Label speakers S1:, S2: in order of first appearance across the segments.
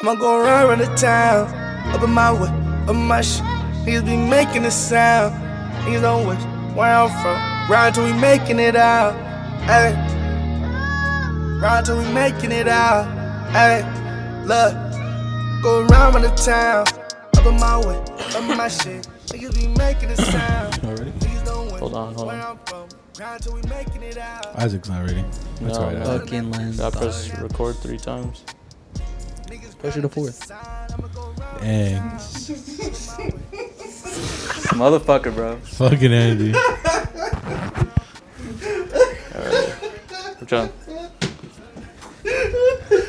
S1: I'ma go around, run the town. Up in my way, up in my shit. Niggas be making a sound. Niggas don't wish where I'm from. Ride till we making it out. Hey. Ride till we making it out. Hey. Look. Go around, run the town. Up in my way, up in my shit. Niggas be making a sound. Niggas don't wish
S2: Hold on, hold
S1: where
S2: on.
S1: I'm from. Ride till we making it out.
S3: Isaac's not ready. That's
S2: No,
S3: all right.
S2: no.
S3: Isaac.
S4: Fucking lens.
S2: Did I press record three times?
S4: Push it to fourth.
S3: Dang.
S4: Motherfucker, bro.
S3: Fucking Andy.
S2: I'm trying.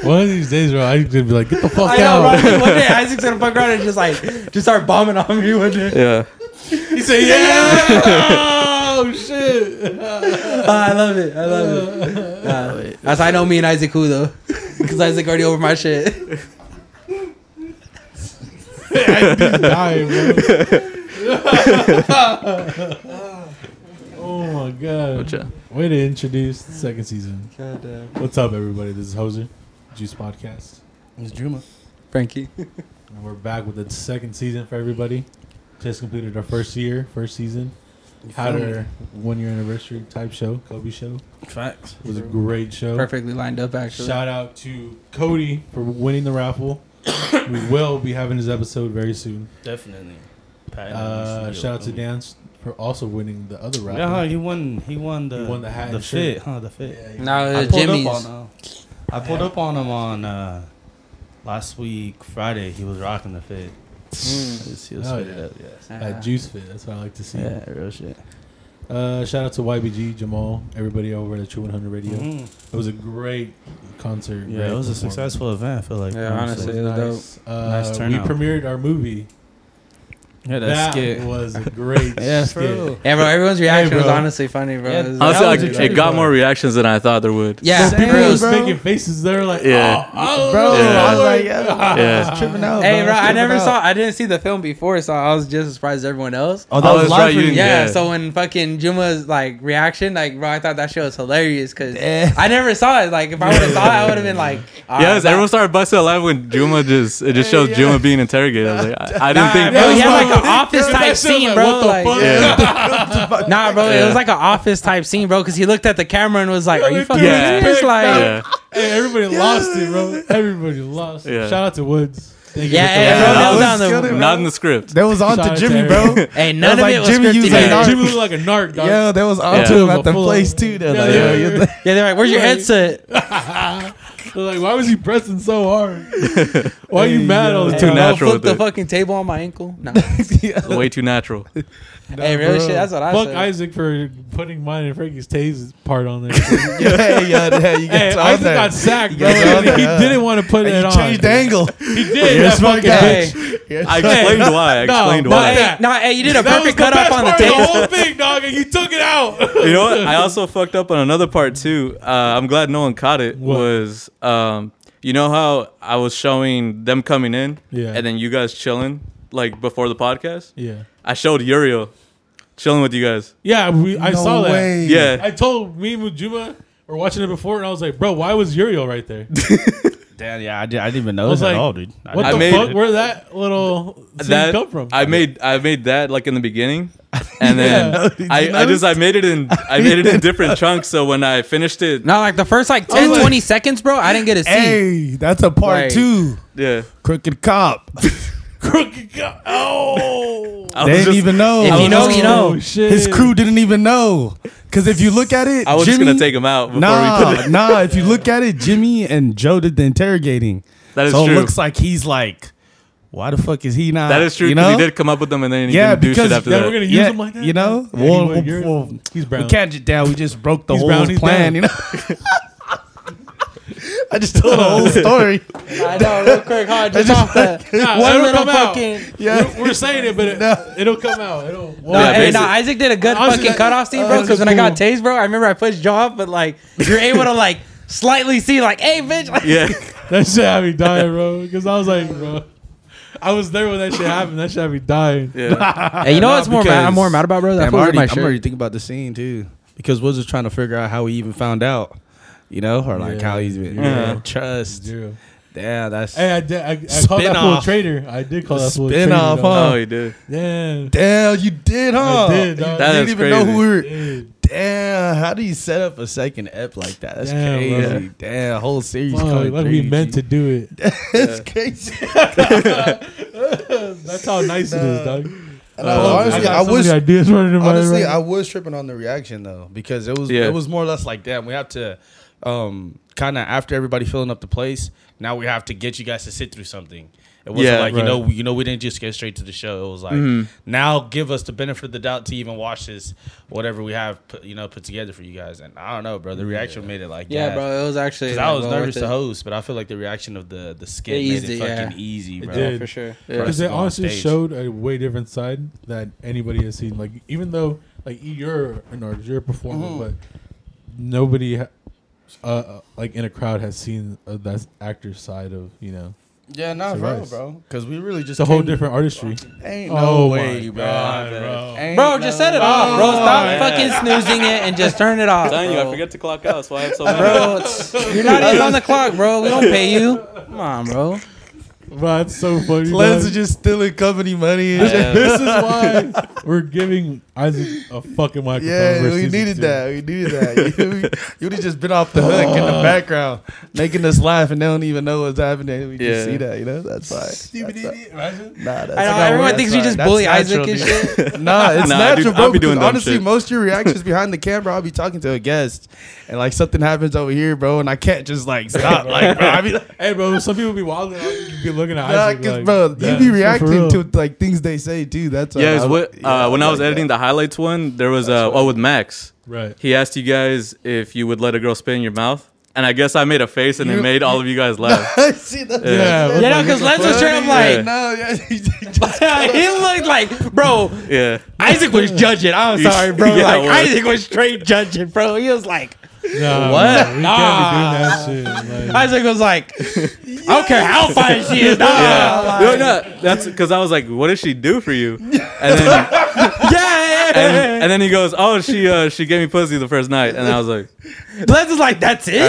S3: One of these days, bro, Isaac's gonna be like, get the fuck
S4: I know,
S3: out.
S4: bro. One day Isaac's gonna fuck around and just like just start bombing on me one day.
S2: Yeah.
S3: He said, yeah. oh, shit.
S4: Ah, I love it. I love it. Nah, that's how I know me and Isaac who though, because Isaac already over my shit.
S3: He's dying, bro. oh, my God.
S2: Gotcha.
S3: Way to introduce the second season.
S4: God damn.
S3: What's up, everybody? This is Hoser, Juice Podcast.
S4: It's Druma. Frankie.
S3: And we're back with the second season for everybody. Just completed our first year, first season. Had our one year anniversary type show, Kobe show.
S4: Facts.
S3: It was a great show.
S4: Perfectly lined up actually.
S3: Shout out to Cody for winning the raffle. we will be having his episode very soon.
S5: Definitely. Pat
S3: Uh, shout out to Dan for also winning the other raffle.
S5: Yeah, he won. He won the
S3: He won the hat and shirt.
S5: fit, huh? The fit.
S4: Now
S5: I
S4: uh,
S5: pulled
S4: Jimmy's.
S5: up on him. I pulled up on him on uh, last week Friday. He was rocking the fit. He was- he was
S3: Oh,
S5: fitted
S3: yeah.
S5: up, yes.
S3: That juice fit. That's what I like to see.
S5: Yeah, real shit.
S3: Uh, shout out to YBG, Jamal, everybody over at True 100 Radio. It was a great concert.
S5: Mm-hmm. Mm. Yeah,
S3: great
S5: it was a
S3: performance.
S5: successful event. I feel like. Mm,
S4: Yeah, honestly, it was dope.
S3: Uh,
S5: Nice turnout.
S3: We premiered our movie.
S5: Yeah, that,
S3: that
S5: skit.
S3: was a great
S5: Yeah,
S3: skit.
S4: Yeah, bro. Everyone's reaction was
S3: bro.
S4: honestly funny, bro.
S5: Yeah,
S4: It was-
S2: Honestly,
S3: That
S2: I,
S3: was a
S2: it
S3: tricky
S2: got
S3: one.
S2: more reactions than I thought there would.
S4: yeah,
S3: People
S4: bro.
S3: was making faces. They were like,
S2: Yeah.
S3: oh, oh,
S5: Bro,
S2: Yeah.
S5: I was like, yeah,
S2: Yeah.
S5: tripping out.
S4: Hey,
S5: bro,
S4: bro. I
S5: tripping
S4: never
S5: out.
S4: saw. I didn't see the film before, so I was just as surprised as everyone else.
S5: Oh,
S2: Oh,
S5: that was
S2: that's
S5: live
S2: right,
S5: for
S2: you
S5: you.
S2: didn't-
S4: Yeah,
S2: Yeah.
S4: so uh, when fucking Juma's like reaction, like bro, I thought that shit was hilarious because I never saw it. Like if I would have saw it, I would have been like, ah,
S2: Yes,
S4: that-
S2: everyone started busting out laugh when Juma just it just shows Juma being interrogated. I was like, I, I didn't
S4: Nah,
S2: think.
S4: bro,
S3: That
S4: he
S3: was
S4: had
S3: my-
S4: like an office
S3: that
S4: type
S3: shit was
S4: scene,
S3: like,
S4: bro.
S3: what the
S4: Like,
S3: fuck?
S2: Yeah,
S4: nah, bro, it
S2: Yeah.
S4: was like an office type scene, bro. Because he looked at the camera and was like, "Are you
S3: Look
S4: fucking
S2: at his
S4: serious?"
S3: dick,
S4: Like, yeah,
S2: yeah.
S3: Hey, everybody lost it, bro. Everybody lost it.
S2: Yeah.
S3: Shout out to Woods. Thank
S4: yeah,
S3: you
S2: Yeah, that
S4: bro,
S2: was
S4: that was on the.
S2: Not in the script.
S6: That was on
S3: Shout
S6: to
S3: out to
S6: Jimmy,
S3: everybody.
S6: bro.
S4: Hey,
S6: That
S4: none
S6: was
S4: of
S6: like
S4: it was
S6: Jimmy
S4: scripted.
S6: using
S2: Yeah.
S3: She
S6: narc.
S3: was like a narc, dog.
S6: Yo, that was on
S2: Yeah.
S6: to him
S3: Full
S6: at the
S3: on.
S6: place too. They're
S3: Yeah,
S6: like,
S3: yeah,
S6: yo,
S3: yeah.
S6: you're the-
S4: Yeah, they're like, "Where's your headset?"
S3: They're like, why was he pressing so hard? Why are you mad all the
S2: Too
S3: time?
S4: Bro,
S2: natural with
S4: Flip the
S2: it.
S4: fucking table on my ankle. Nah.
S2: Way too natural.
S4: hey, real shit. That's what I
S3: Fuck
S4: said.
S3: Isaac for putting mine and Frankie's Taze part on there.
S6: yeah, yeah, yeah,
S3: hey,
S6: you get on
S3: Isaac
S6: there.
S3: got sacked, bro.
S6: got on
S3: He
S6: there.
S3: didn't want to put
S6: And
S3: it
S6: you
S3: on.
S6: changed the angle.
S3: He did.
S6: You're a
S3: that
S6: smart
S3: fucking
S6: guy.
S3: bitch.
S2: I explained why. I explained
S3: no,
S2: why.
S3: but-
S4: Hey, nah, hey, you did a
S3: That was
S4: perfect
S3: the
S4: cut
S3: best
S4: up
S3: part
S4: on the
S3: of the
S4: table.
S3: whole thing, dog, and you took it out.
S2: you know what? I also fucked up on another part too. Uh, I'm glad no one caught it.
S3: What?
S2: Was um, you know how I was showing them coming in,
S3: Yeah.
S2: and then you guys chilling like before the podcast.
S3: Yeah.
S2: I showed Uriel chilling with you guys.
S3: Yeah, we, I
S6: No
S3: saw that.
S6: way.
S2: Yeah,
S3: I told me and Mujuma were watching it before, and I was like, "Bro, why was Uriel right there?"
S5: Damn, yeah, I, did, I didn't even know
S3: was
S5: that
S3: like,
S5: at all, dude.
S3: What
S2: I
S3: the
S2: made-
S3: fuck? Where that little scene
S2: that
S3: come from?
S2: I made I made that like in the beginning, and then
S3: Yeah.
S2: I, I just I made it in I made it in different chunks. So when I finished it,
S4: No, like the first like 10, 20 seconds, bro, I didn't get a C.
S6: Hey, that's a part
S4: Like-
S6: two.
S2: yeah,
S6: Crooked cop.
S3: crooked. Guy. Oh,
S2: I
S6: They
S2: was
S6: didn't
S2: just,
S6: even know.
S4: If you know, you know.
S3: Oh, shit.
S6: His crew didn't even know. Because if you look at it,
S2: I was
S6: Jimmy,
S2: just gonna take him out before we put it.
S6: Nah, nah. If you look at it, Jimmy and Joe did the interrogating.
S2: That is
S6: so
S2: true.
S6: it looks like he's like, why the fuck is he not?
S2: That is true.
S6: You
S2: 'cause
S6: know?
S2: he did come up with them, and then he
S6: Yeah,
S2: didn't do shit
S6: because
S2: after
S3: Then
S2: that.
S3: we're gonna use
S6: Yeah,
S3: him like that.
S6: you know,
S3: Yeah, he
S6: well,
S3: was- you're-
S6: well,
S3: he's brown.
S6: we can't just down. We just broke the
S3: He's
S6: whole
S3: brown, he's
S6: plan.
S3: down.
S6: You know, I just told the whole story.
S4: I know, real quick, huh? Just, off that.
S3: Nah,
S4: One
S3: it'll
S4: little
S3: come out.
S4: fucking.
S6: Yeah,
S3: We're saying it, but it, it'll come out. It'll.
S4: No,
S2: Yeah,
S4: hey, no,
S2: basic-
S4: Isaac did a good
S3: Honestly,
S4: fucking
S3: that-
S4: cutoff scene,
S3: that
S4: bro.
S3: was
S4: Because when I got
S3: cool.
S4: tased, bro, I remember I pushed you off, but like you're able to like slightly see, like, hey, bitch, like,
S2: yeah,
S3: That shit had me dying, bro. Because I was like, bro, I was there when that shit happened. That shit had me dying.
S2: yeah.
S4: hey, you know what's more mad?
S6: because-
S4: I'm more mad about, bro. That
S6: I'm
S4: fool ripped
S6: already,
S4: my
S6: I'm
S4: shirt.
S6: already thinking about the scene too, because we're just trying to figure out how he even found out. You know, or like
S3: Yeah.
S6: how he's been.
S3: Yeah.
S6: Trust.
S3: Zero.
S7: Damn, that's
S3: Hey, I did. I, I called that fool a
S7: Spin-off.
S3: traitor. I did call that fool a traitor.
S7: Spin-off,
S3: dog.
S2: Oh, he did.
S3: Damn.
S7: damn. You did, huh?
S3: I did, dog.
S7: You
S3: That
S7: didn't
S2: is
S7: even know who we were.
S3: Dude,
S7: Damn, how do you set up a second ep like that? That's
S3: Damn,
S7: crazy.
S3: bro.
S7: Damn, whole series.
S3: fuck,
S7: coming
S3: like
S7: through
S3: we
S7: you,
S3: meant
S7: G.
S3: to do it.
S7: That's crazy.
S3: That's how nice it is, dog.
S7: Uh,
S3: I,
S7: honestly,
S3: got
S7: I
S3: so many
S7: was-
S3: ideas running in my
S7: Honestly,
S3: head
S7: I
S3: right
S7: was tripping on the reaction though because it was
S2: Yeah.
S7: it was more or less like, damn, we have to um kind of after everybody filling up the place, now we have to get you guys to sit through something. It wasn't
S2: Yeah.
S7: like you
S3: Right.
S7: know we, you know we didn't just get straight to the show. It was like
S4: Mm-hmm.
S7: now give us the benefit of the doubt to even watch this whatever we have put, you know put together for you guys. And I don't know, bro, the reaction made it like
S4: Yeah,
S7: that.
S4: bro, it was actually.
S7: 'Cause I was nervous to host, but I feel like the reaction of the the skit
S4: It
S7: made
S4: eased
S7: it
S4: it, yeah.
S7: fucking easy, bro.
S3: did.
S4: for sure.
S2: Yeah.
S3: because it
S7: Go on
S3: honestly
S7: stage.
S3: showed a way different side that anybody has seen. Like even though like you're an artist, you're a performer,
S7: Mm-hmm.
S3: but nobody ha- uh, uh, like in a crowd has seen uh, that actor side of you know.
S7: Yeah, not
S3: So
S7: bro,
S3: nice.
S7: bro, because we really just
S3: It's a whole
S7: came-
S3: different artistry.
S7: Ain't
S3: Oh
S7: no
S3: my
S7: way, bro.
S3: God, bro.
S7: bro. Ain't
S4: Bro,
S7: no
S4: just set it
S7: way.
S4: off, bro. Stop fucking snoozing it and just turn it off.
S2: Telling you, I
S4: bro.
S2: forget to clock out. That's why I have so many.
S4: Bro, it's- you're not even on the clock, bro. We don't pay you. Come on, bro.
S3: Bro, that's so funny.
S7: Lens
S3: dog.
S7: is just stealing company money. and shit.
S2: Yeah.
S3: this is why we're giving Isaac a fucking microphone.
S7: Yeah,
S3: for
S7: we
S3: season
S7: needed
S3: two.
S7: that. We needed that. You- we- you would have just been off the hook in the background, making us laugh, and they don't even know what's happening. We
S2: Yeah.
S7: just see that, you know? That's fine.
S3: Stupid
S7: That's fine.
S3: idiot. Imagine.
S7: Nah, that's
S4: I know,
S7: fine.
S4: everyone
S7: That's
S4: thinks we
S7: fine.
S4: just
S7: That's
S4: bully Isaac
S7: natural,
S4: and
S7: dude.
S4: shit.
S7: Nah, it's
S2: Nah, I do-
S7: natural, bro.
S2: I be doing
S7: because
S2: dumb
S7: honestly,
S2: shit.
S7: most of your reactions behind the camera, I'll be talking to a guest, and like something happens over here, bro, and I can't just like stop. like, bro, I be like,
S3: Hey, bro, some people be wild. and You be looking at
S7: Nah,
S3: Isaac.
S7: cause
S3: like,
S7: bro,
S3: yeah,
S7: you be
S3: for real.
S7: reacting to like things they say too. That's
S2: Yeah, it's
S7: I-
S2: what
S7: yeah,
S2: uh, when I was
S7: like
S2: editing the
S7: that.
S2: highlights one, there was uh, oh with Max.
S3: right.
S2: He asked you guys if you would let a girl spit in your mouth, and I guess I made a face and
S7: You-
S2: it made all of you guys laugh.
S7: I see that.
S3: Yeah.
S4: Yeah, no, because Lens was trying to like.
S7: No, Oh, yeah.
S4: he looked like, bro.
S2: yeah,
S4: Isaac was judging. I'm sorry, bro.
S2: Yeah,
S4: like
S2: well.
S4: Isaac was straight judging, bro. He was like,
S3: Nah,
S4: What?
S3: bro, we
S4: Nah.
S3: can't be doing that shit. Like,
S4: Isaac was like, I don't care how fine she is. Nah.
S2: yeah.
S4: Yeah,
S2: No, no, that's because I was like, what does she do for you? And then
S4: yeah,
S2: and, and then he goes, oh, she uh, she gave me pussy the first night, and I was like,
S4: yeah. Lens is like, that's it.
S2: all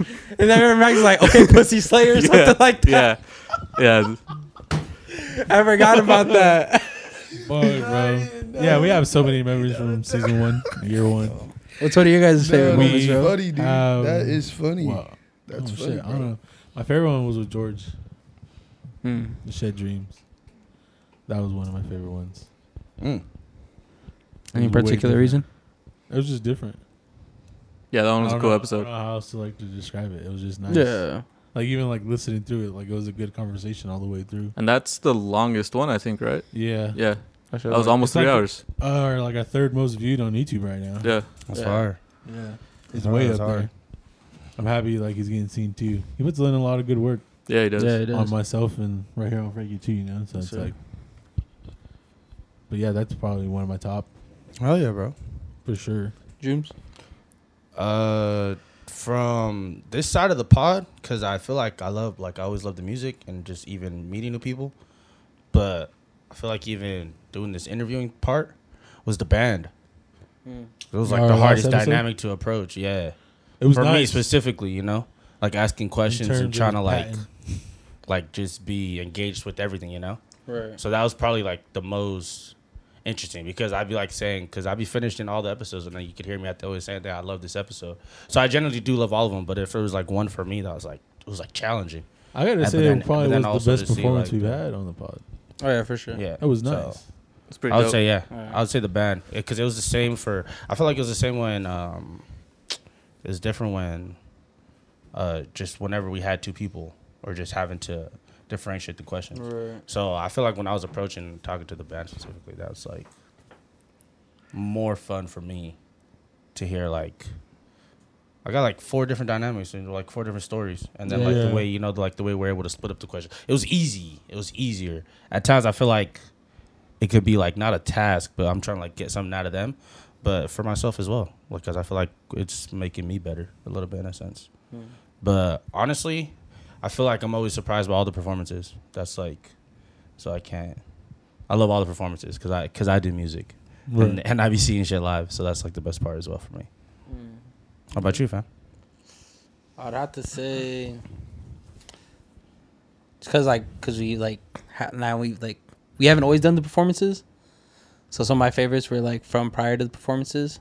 S2: right,
S4: And then Max was like, okay, pussy slayer or
S2: yeah,
S4: something like that.
S2: yeah, yeah.
S4: I forgot about that.
S3: fuck, bro. Yeah, we have so many memories from season one, year one.
S4: What's one of you guys' favorite
S3: we-
S4: moments, bro?
S7: funny, dude.
S3: Um,
S7: that is funny.
S3: Wow.
S7: That's
S3: oh,
S7: funny,
S3: shit, I
S7: bro.
S3: don't know. My favorite one was with George.
S2: Hmm.
S3: The Shed Dreams. That was one of my favorite ones.
S7: Mm.
S3: Any Way particular different.
S4: reason?
S3: It was just different.
S2: Yeah, that one was
S3: I don't
S2: a cool
S3: know- I
S2: episode.
S3: don't know how else to like to describe it. It was just nice.
S4: Yeah.
S3: Like even like listening through it, like it was a good conversation all the way through.
S2: And that's the longest one, I think, right?
S3: Yeah.
S2: Yeah, that was
S3: like-
S2: almost
S3: it's
S2: three
S3: like-
S2: hours.
S3: Uh, or like our third most viewed on YouTube right now.
S2: Yeah,
S5: That's
S4: Yeah.
S5: fire.
S3: Yeah. It's way up
S5: That's hard.
S3: there. I'm happy like he's getting seen too. He puts in a lot of good work
S2: yeah, he does.
S4: Yeah, it
S3: on
S4: is.
S3: myself and right here on Frankie too, you know. So it's
S5: Sure.
S3: like But yeah, that's probably one of my top
S7: Hell yeah, bro.
S3: for sure.
S4: Jooms?
S7: Uh, from this side of the pod, because I feel like I love, like I always love the music and just even meeting new people. But I feel like even doing this interviewing part was the band. It was like
S3: Hmm. Our
S7: the
S3: last
S7: hardest
S3: episode?
S7: dynamic to approach. Yeah,
S3: It was
S7: for me
S3: nice.
S7: specifically, you know, like asking
S3: in
S7: questions
S3: terms
S7: and
S3: of
S7: trying to like,
S3: patent.
S7: like just be engaged with everything, you know.
S4: Right.
S7: So that was probably like the most interesting because I'd be like saying because I'd be finishing all the episodes and then you could hear me at the always saying that I love this episode. So I generally do love all of them, but if it was like one for me that was like it was like challenging.
S3: I gotta
S7: Yeah, but
S3: say,
S7: then-
S3: it probably
S7: but then
S3: was
S7: also
S3: the best
S7: to see,
S3: performance
S7: like,
S3: we've
S7: the-
S3: had on the pod.
S4: Oh, yeah, for sure.
S7: Yeah,
S3: That was
S7: So,
S3: nice.
S2: It's pretty
S7: I would
S2: dope.
S7: say yeah.
S4: Alright.
S7: I would say the band because it was the same for. I feel like it was the same when um, it was different when, uh, just whenever we had two people or just having to differentiate the questions.
S4: Right.
S7: So I feel like when I was approaching and talking to the band specifically, that was like more fun for me to hear like I got like four different dynamics and like four different stories, and then like
S3: Yeah.
S7: the way you know like the way we're able to split up the question. It was easy. It was easier at times. I feel like it could be like not a task, but I'm trying to like get something out of them, but for myself as well, because I feel like it's making me better a little bit in a sense. But honestly, I feel like I'm always surprised by all the performances. That's like, so I can't. I love all the performances because I because I do music and, and I be seeing shit live, so that's like the best part as well for me.
S4: Mm.
S7: How about you, fam?
S4: I'd have to say because like because we like ha- now we like we haven't always done the performances. So some of my favorites were like from prior to the performances.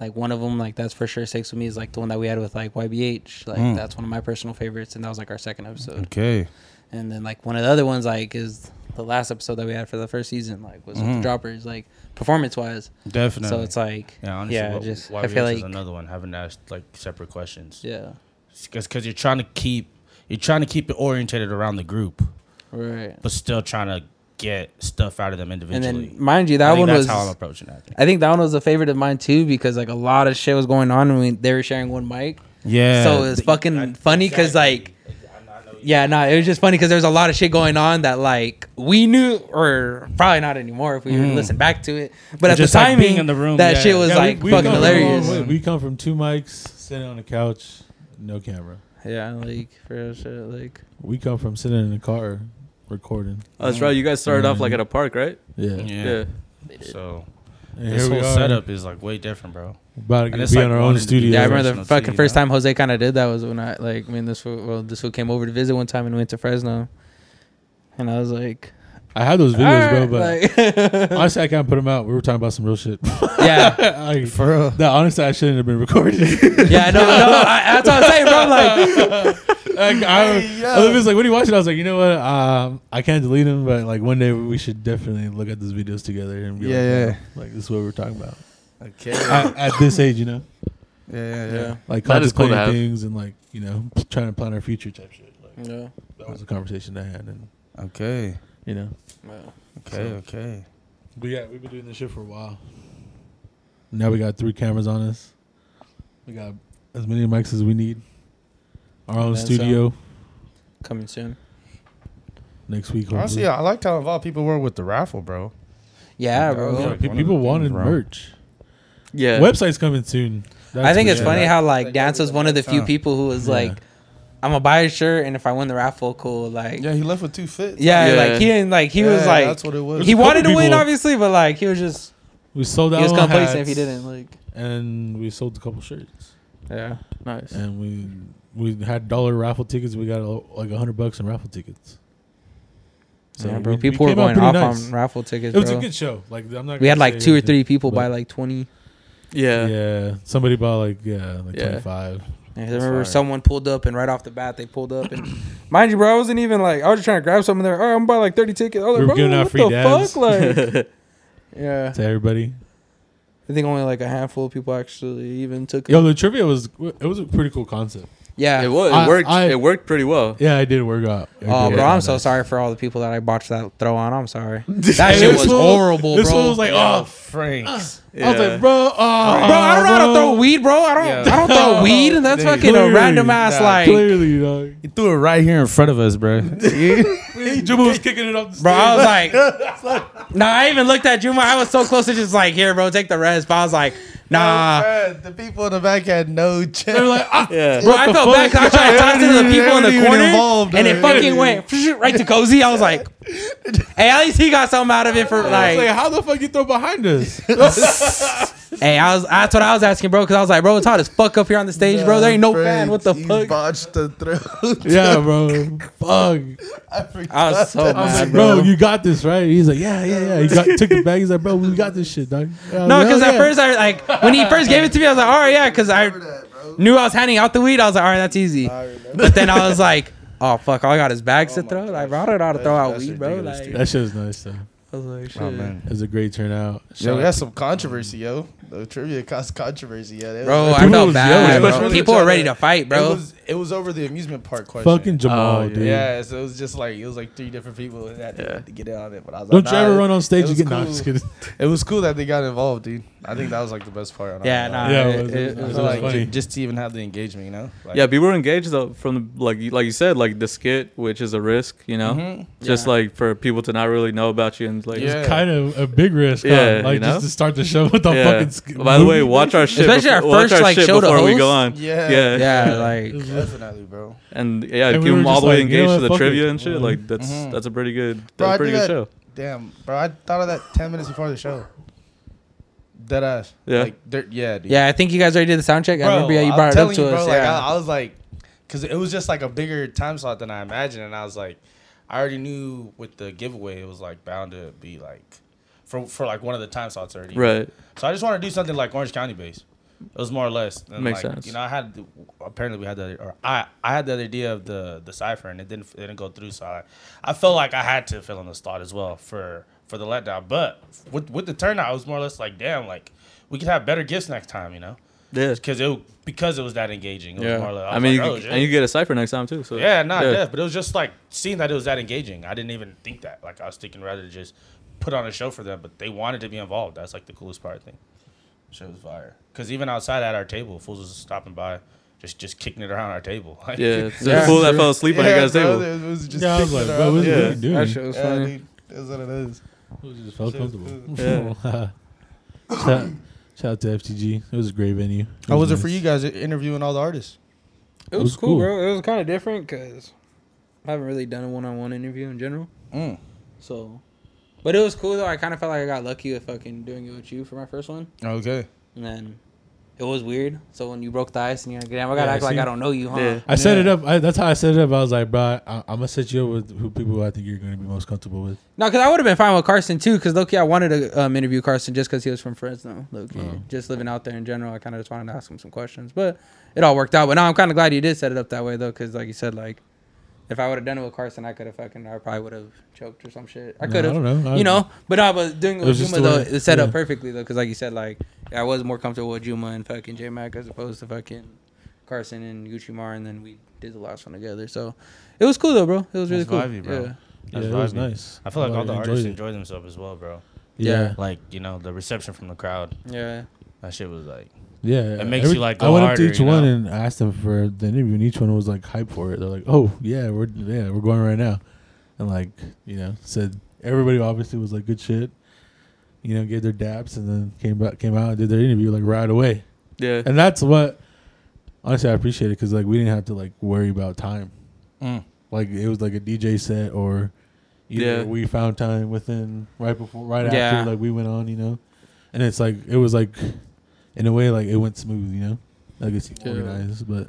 S4: Like one of them, like that's for sure. Six with me is like the one that we had with like YBH. Like that's one of my personal favorites, and that was like our second episode.
S7: Hmm. Okay.
S4: And then like one of the other ones like is the last episode that we had for the first season. Like was
S7: Hmm.
S4: with the droppers, like performance wise.
S7: Definitely.
S4: So it's like
S7: yeah,
S4: yeah,
S7: honestly, yeah,
S4: just
S7: why
S4: I feel
S7: is
S4: like
S7: another one. Haven't asked like separate questions.
S4: yeah,
S7: because you're trying to keep you're trying to keep it orientated around the group,
S4: right.
S7: but still trying to get stuff out of them
S4: And
S7: individually.
S4: then mind you,
S7: I
S4: that
S7: think
S4: one
S7: that's
S4: was
S7: how I'm approaching that.
S4: I think that one was a favorite of mine too because like a lot of shit was going on and we, they were sharing one mic.
S7: Yeah.
S4: So it was fucking funny 'cause, like, Yeah, no, it was just funny because there was a lot of shit going on that like we knew or probably not anymore if we were to listen back to it. But at
S7: Mm-hmm. Just,
S4: the
S7: like,
S4: timing
S7: being in the room,
S4: that
S7: yeah.
S4: shit was
S3: Yeah,
S4: like fucking
S3: come from a long way.
S4: hilarious.
S3: We come from two mics, sitting on a couch, no camera.
S4: Yeah, like for real shit, like
S3: We come from sitting in a car, recording.
S2: Oh, that's right. You guys started off like at a park, right?
S3: Yeah.
S7: yeah.
S2: Yeah.
S7: So
S3: And
S7: this
S3: here we
S7: whole
S3: are,
S7: setup is like way different, bro.
S3: About to
S7: and
S3: get-
S7: it's
S3: be
S7: like
S3: on our
S7: wanting
S3: own
S7: to be
S3: studio.
S4: Yeah, I
S7: Yeah,
S4: remember the
S7: original
S4: fucking
S7: tea,
S4: first
S7: yeah.
S4: time Jose kind of did that was when I like me and this fool, well this fool came over to visit one time and we went to Fresno, and I was like,
S3: I have those videos, bro,
S4: "Alright,"
S3: but
S4: like-
S3: honestly, I can't put them out. We were talking about some real shit.
S4: yeah,
S3: like, For real. No, honestly, I shouldn't have been recorded.
S4: yeah, no, no, I, that's what I'm saying, bro. I'm like,
S3: like, I, Olivia's like, what are you watching? I was like, you know what? Um, I can't delete them, but like one day we should definitely look at those videos together and be
S6: Yeah,
S3: like, yeah. like, this is what we're talking about.
S6: Okay.
S3: at, at this age, you know?
S6: yeah,
S4: yeah,
S3: Like
S2: That is cool to
S3: contemplating
S2: have.
S3: things and like, you know, trying to plan our future type shit. Like,
S4: yeah,
S3: that was a conversation I had. And,
S7: Okay.
S3: you know.
S7: Okay. Okay.
S3: But yeah, we've been doing this shit for a while. Now we got three cameras on us. We got as many mics as we need. Our own
S4: That's
S3: studio
S4: coming soon.
S3: next week.
S7: Honestly,
S3: hopefully.
S7: I liked how involved people were with the raffle, bro.
S4: Yeah,
S7: That was
S4: bro.
S7: like
S3: Pe-
S7: one of
S3: people
S7: the things,
S3: wanted
S7: bro.
S3: merch.
S2: Yeah.
S3: Website's coming soon. That's
S4: I think
S3: for
S4: it's
S3: sure.
S4: funny how like
S7: Like,
S4: Dance was one of the few
S7: huh.
S4: people who was like, "I'm gonna buy a shirt, and if I win the raffle, cool." Like, yeah,
S5: he left with two fits.
S2: Yeah.
S4: like he didn't like he was
S5: Yeah,
S4: like
S5: that's what it was.
S4: he
S3: There's a
S4: wanted to
S3: couple
S4: win,
S3: people-
S4: obviously, but like he was just
S3: we sold out.
S4: he was
S3: on
S4: complacent if he
S3: hats,
S4: didn't like.
S3: And we sold a couple shirts.
S4: Yeah, nice.
S3: And we we had dollar raffle tickets. We got a, like a hundred bucks in raffle tickets. So
S4: yeah, bro.
S3: we- we
S4: people were
S3: came out
S4: going
S3: pretty
S4: off
S3: nice.
S4: on raffle tickets,
S3: It was
S4: bro.
S3: a good show. Like I'm not.
S4: we had
S3: gonna
S4: like
S3: say
S4: two or
S3: anything.
S4: three people buy
S3: but-
S4: like twenty.
S2: Yeah.
S3: Yeah, somebody bought like yeah, like
S2: Yeah.
S3: twenty five.
S4: I remember
S7: fire.
S4: someone pulled up and right off the bat they pulled up and mind you, bro, I wasn't even like I was just trying to grab something there. All right, I'm gonna buy like thirty tickets. I was
S3: We were
S4: like, bro,
S3: giving out
S4: what
S3: free
S4: the
S3: dabs.
S4: fuck? Like, yeah,
S3: to everybody.
S4: I think only like a handful of people actually even took.
S3: Yo,
S4: it.
S3: the trivia was it was a pretty cool concept.
S4: yeah,
S2: It was. It
S3: I-
S2: worked.
S3: I-
S2: it worked pretty well.
S3: Yeah, I did work out. I
S4: Oh,
S3: did
S4: bro,
S3: work
S4: I'm
S3: out.
S4: so sorry for all the people that I botched that throw on. I'm sorry. That
S3: Hey,
S4: shit
S3: this
S4: was
S3: fool-
S4: horrible,
S3: this
S4: bro.
S3: fool was like,
S7: Oh,
S3: oh,
S7: Franks.
S2: Yeah.
S3: I was like, bro, uh, oh,
S4: bro, I don't know how to throw weed, bro. I don't. I don't throw weed. That's
S7: Dude,
S4: fucking a random ass like.
S3: Clearly, dog.
S7: He threw it right here in front of us, bro.
S3: Hey, Juma was kicking it up. The
S4: Bro, I was like, no, I even looked at Juma. I was so close to just like, here, bro, take the rest. But I was like, nah.
S5: the people in the back had no chance.
S3: They're like, ah,
S2: Yeah.
S4: Bro, I felt bad because I tried to talk to the people
S5: They
S4: in
S5: weren't
S4: the
S5: even
S4: corner,
S5: involved,
S4: and
S5: uh,
S4: it fucking went right to Cozy. I was like, hey, at least he got something out of it for
S3: I was like,
S4: like.
S3: how the fuck you throw behind us?
S4: Hey, I was that's what I was asking, bro, because I was like, bro, it's hot as fuck up here on the stage, bro. There ain't no fan. What the
S5: He
S4: fuck?
S5: botched the throw.
S3: yeah, bro. Fuck.
S4: I was so
S3: I was
S4: mad,
S3: like,
S4: bro.
S3: bro, you got this, right? He's like, yeah, yeah, yeah. He got, took the bag. He's like, bro, we got this shit, dog.
S4: No, because at first I like when he first gave it to me, I was like, all right, yeah, because I knew I was handing out the weed. I was like, all right, that's easy. But then I was like, oh fuck, all I got is bags to throw. Like, bro, I don't know how to throw out
S5: that's
S4: weed, bro.
S5: ridiculous,
S4: Like,
S3: that shit was nice though.
S4: I was like, shit.
S7: Oh man.
S3: It was a great turnout.
S5: Yo,
S3: Shout
S5: we
S3: out
S5: had some controversy, yo. The trivia caused controversy, yeah. It
S4: bro,
S5: was-
S4: I
S3: People
S4: felt
S3: was
S4: bad.
S3: yelling.
S4: Bro. People were ready to fight,
S5: It
S4: bro.
S5: was, it was over the amusement park question.
S3: fucking Jamal,
S2: Oh, yeah.
S3: dude.
S5: Yeah, so it was just like it was like three different people that had to,
S2: Yeah.
S5: to get in on it. But I was
S3: Don't
S5: like,
S3: you
S5: nah,
S3: ever run on stage
S5: it
S3: again?
S5: was
S3: No, I'm
S5: cool.
S3: just kidding.
S5: It was cool that they got involved, dude. I think that was like the best part. I'm
S4: Yeah,
S5: not
S4: nah.
S5: gonna lie.
S3: Yeah,
S4: it-
S3: it was-
S4: it-
S3: it
S4: it
S3: was
S4: was
S5: So,
S3: really
S4: like-
S5: like,
S3: funny.
S5: ju- just to even have the engagement, you know? Like,
S2: Yeah, people were engaged though from the, like like you said like the skit, which is a risk, you know, just
S4: Yeah.
S2: like for people to not really know about you and like
S5: Yeah.
S3: Kind of a big risk, huh?
S2: Yeah,
S3: like
S2: you know?
S3: just to start the show with the
S2: Yeah.
S3: fucking. sk-
S2: By the way,
S3: movie.
S2: watch our shit.
S4: Especially our
S2: before, watch
S4: first, like,
S2: shit
S4: show to
S2: before we
S4: host.
S2: go on.
S5: Yeah.
S2: yeah,
S4: yeah, like
S5: definitely, bro.
S2: and yeah,
S3: And
S2: keep
S3: we were
S2: them all
S3: just
S2: the way
S3: like, you know
S2: engaged
S3: what,
S2: for the
S3: fuck
S2: trivia
S3: it.
S2: and shit. Like that's
S5: Mhm.
S2: that's a pretty good, that's
S5: Bro, I
S2: a pretty
S5: do
S2: good
S5: that-
S2: show.
S5: Damn, bro, I thought of that 10 minutes before the show. Dead ass.
S2: Yeah.
S5: Like, dirt, yeah, dude.
S4: yeah, I think you guys already did the sound check. I
S5: Bro,
S4: remember yeah, you
S5: I'm
S4: brought it up
S5: telling
S4: to
S5: you, bro,
S4: us.
S5: Like,
S4: yeah.
S5: I, I was like,
S7: because it was just like a bigger time slot than I imagined, and I was like, I already knew with the giveaway it was like bound to be like for for like one of the time slots already.
S2: Right.
S7: So I just want to do something like Orange County based. It was more or less. than,
S2: Makes
S7: like,
S2: sense.
S7: You know, I had the- apparently we had the or I I had the other idea of the the cipher and it didn't it didn't go through. So I I felt like I had to fill in this thought as well for for the letdown. But with with the turnout, it was more or less like damn, like we could have better gifts next time. You know,
S2: Yeah.
S7: because it because it was that engaging. It was more or less, I,
S2: I mean,
S7: like,
S2: you
S7: oh,
S2: could-
S7: shit.
S2: and you get a cipher next time too. So
S7: Yeah, not deaf, but it was just like seeing that it was that engaging. I didn't even think that. Like I was thinking rather to just put on a show for them, but they wanted to be involved. That's like the coolest part. I think. Shit was fire. Cause even outside at our table, fools was stopping by, just just kicking it around our table. Like,
S2: Yeah, it's the fool that fell asleep on your guys'
S7: bro,
S2: table.
S7: It was just
S3: Yeah, I was
S7: kicking
S3: like,
S7: it
S3: bro,
S7: around.
S3: what is
S2: Yeah.
S3: yeah. doing?
S4: That shit was
S7: Yeah,
S4: funny.
S7: dude, that's what it is.
S3: It just felt
S7: Shit was
S3: comfortable.
S7: cool.
S2: Yeah.
S3: shout, shout out to FTG. It was a great venue.
S7: How Oh, was it for
S3: nice.
S7: you guys interviewing all the artists?
S4: It was,
S3: was
S4: cool,
S3: cool.
S4: bro. It was kind of different because I haven't really done a one-on-one interview in general.
S7: Mm.
S4: So, but it was cool though. I kind of felt like I got lucky with fucking doing it with you for my first one,
S7: Okay.
S4: and then it was weird. So when you broke the ice and you're like, "Damn, I gotta
S3: Yeah,
S4: act like
S3: see?
S4: I don't know you, huh?"
S2: Yeah.
S3: I set it up. I, that's how I set it up. I was like, bro, I, I'm gonna set you up with who people I think you're gonna be most comfortable with.
S4: No, because I would have been fine with Carson too. Because Loki, I wanted to um, interview Carson just because he was from Fresno. Loki,
S3: Oh.
S4: just living out there in general, I kind of just wanted to ask him some questions, but it all worked out. But now I'm kind of glad you did set it up that way though, because like you said, like if I would have done it with Carson, I could have fucking, I probably would have choked or some shit. I
S3: No,
S4: could
S3: I
S4: have,
S3: don't know. I-
S4: you know. But no, but doing it
S3: It
S4: with
S3: was just
S4: Juma
S3: the
S4: though,
S3: way-
S4: it set up
S3: yeah.
S4: perfectly though, because like you said, like I was more comfortable with Juma and fucking J Mac as opposed to fucking Carson and Gucci Mar, and then we did the last one together. So it was cool though, bro. It was really
S7: That's
S4: cool.
S7: vibey, bro.
S4: Yeah.
S3: Yeah,
S7: That's
S3: it was
S7: vibey.
S3: nice.
S7: I feel like all the
S3: enjoyed
S7: artists
S3: it.
S7: enjoy themselves as well, bro.
S3: Yeah,
S7: Like you know the reception from the crowd.
S4: Yeah.
S7: That shit was like.
S3: yeah.
S7: It makes you, like,
S3: I
S7: go
S3: went
S7: harder,
S3: up to each
S7: you
S3: one
S7: know?
S3: and asked them for the interview, and each one was like hyped for it. They're like, oh yeah, we're yeah, we're going right now, and like you know, said everybody obviously was like good shit. You know, gave their daps and then came back, came out and did their interview like right away.
S2: Yeah.
S3: and that's what honestly I appreciate it because like we didn't have to like worry about time.
S7: Mm.
S3: Like it was like a DJ set or either
S2: Yeah.
S3: we found time within right before right
S4: Yeah.
S3: after like we went on, you know. And it's like it was like in a way like it went smooth, you know. Like it's
S4: Yeah.
S3: organized, but